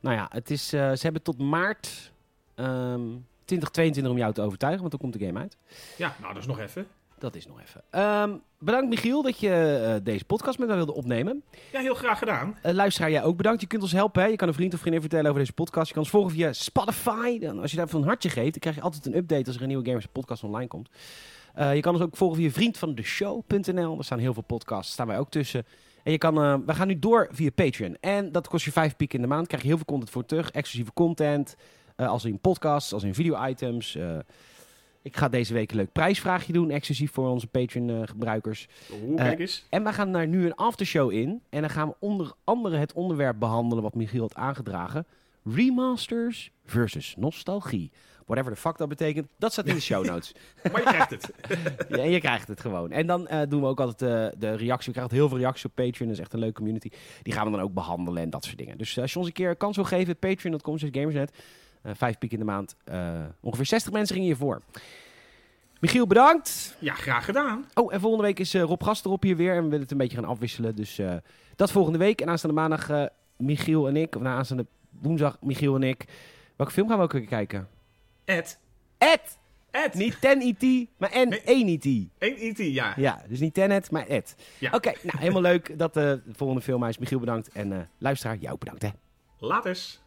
A: nou ja, het is, eh, ze hebben tot maart ehm, 2022 om jou te overtuigen, want dan komt de game uit.
B: Ja, nou, dat is nog even.
A: Dat is nog even. Ehm, bedankt Michiel dat je eh, deze podcast met mij wilde opnemen.
B: Ja, heel graag gedaan.
A: Eh, luisteraar, jij ook bedankt. Je kunt ons helpen. Hè? Je kan een vriend of vriendin vertellen over deze podcast. Je kan ons volgen via Spotify. Dan, als je daarvan een hartje geeft, dan krijg je altijd een update als er een nieuwe Gamers podcast online komt. Eh, je kan ons ook volgen via vriendvandeshow.nl. Daar staan heel veel podcasts. Staan wij ook tussen. En je kan, eh, we gaan nu door via Patreon. En dat kost je vijf piek in de maand. Krijg je heel veel content voor terug. Exclusieve content. eh, als in podcasts, als in video-items. Eh, ik ga deze week een leuk prijsvraagje doen. Exclusief voor onze eh, Patreon-gebruikers.
B: Oeh, kijk eens.
A: En we gaan daar nu een aftershow in. En dan gaan we onder andere het onderwerp behandelen wat Michiel had aangedragen. Remasters versus nostalgie. Whatever the fuck dat betekent, dat staat in de show notes.
B: Maar je krijgt het.
A: Ja, je krijgt het gewoon. En dan eh, doen we ook altijd eh, de reactie. We krijgen heel veel reacties op Patreon. Dat is echt een leuke community. Die gaan we dan ook behandelen en dat soort dingen. Dus eh, als je ons een keer een kans wil geven, patreon.com slash gamersnet. Eh, vijf piek in de maand. Eh, ongeveer 60 mensen gingen hiervoor. Michiel, bedankt.
B: Ja, graag gedaan.
A: Oh, en volgende week is eh, Rob Gast erop hier weer. En we willen het een beetje gaan afwisselen. Dus eh, dat volgende week. En aanstaande maandag eh, Michiel en ik, of nou, aanstaande woensdag Michiel en ik, welke film gaan we ook kijken?
B: Ed.
A: Ed!
B: Ed.
A: Niet ten IT, maar en
B: Nee.
A: één IT.
B: Eén E.T., E ja.
A: Ja, dus niet Tenet, maar Ed.
B: Ja.
A: Oké, nou helemaal leuk. Dat eh, de volgende filmhuis. Michiel bedankt en eh, luisteraar, jou bedankt hè.
B: Laters.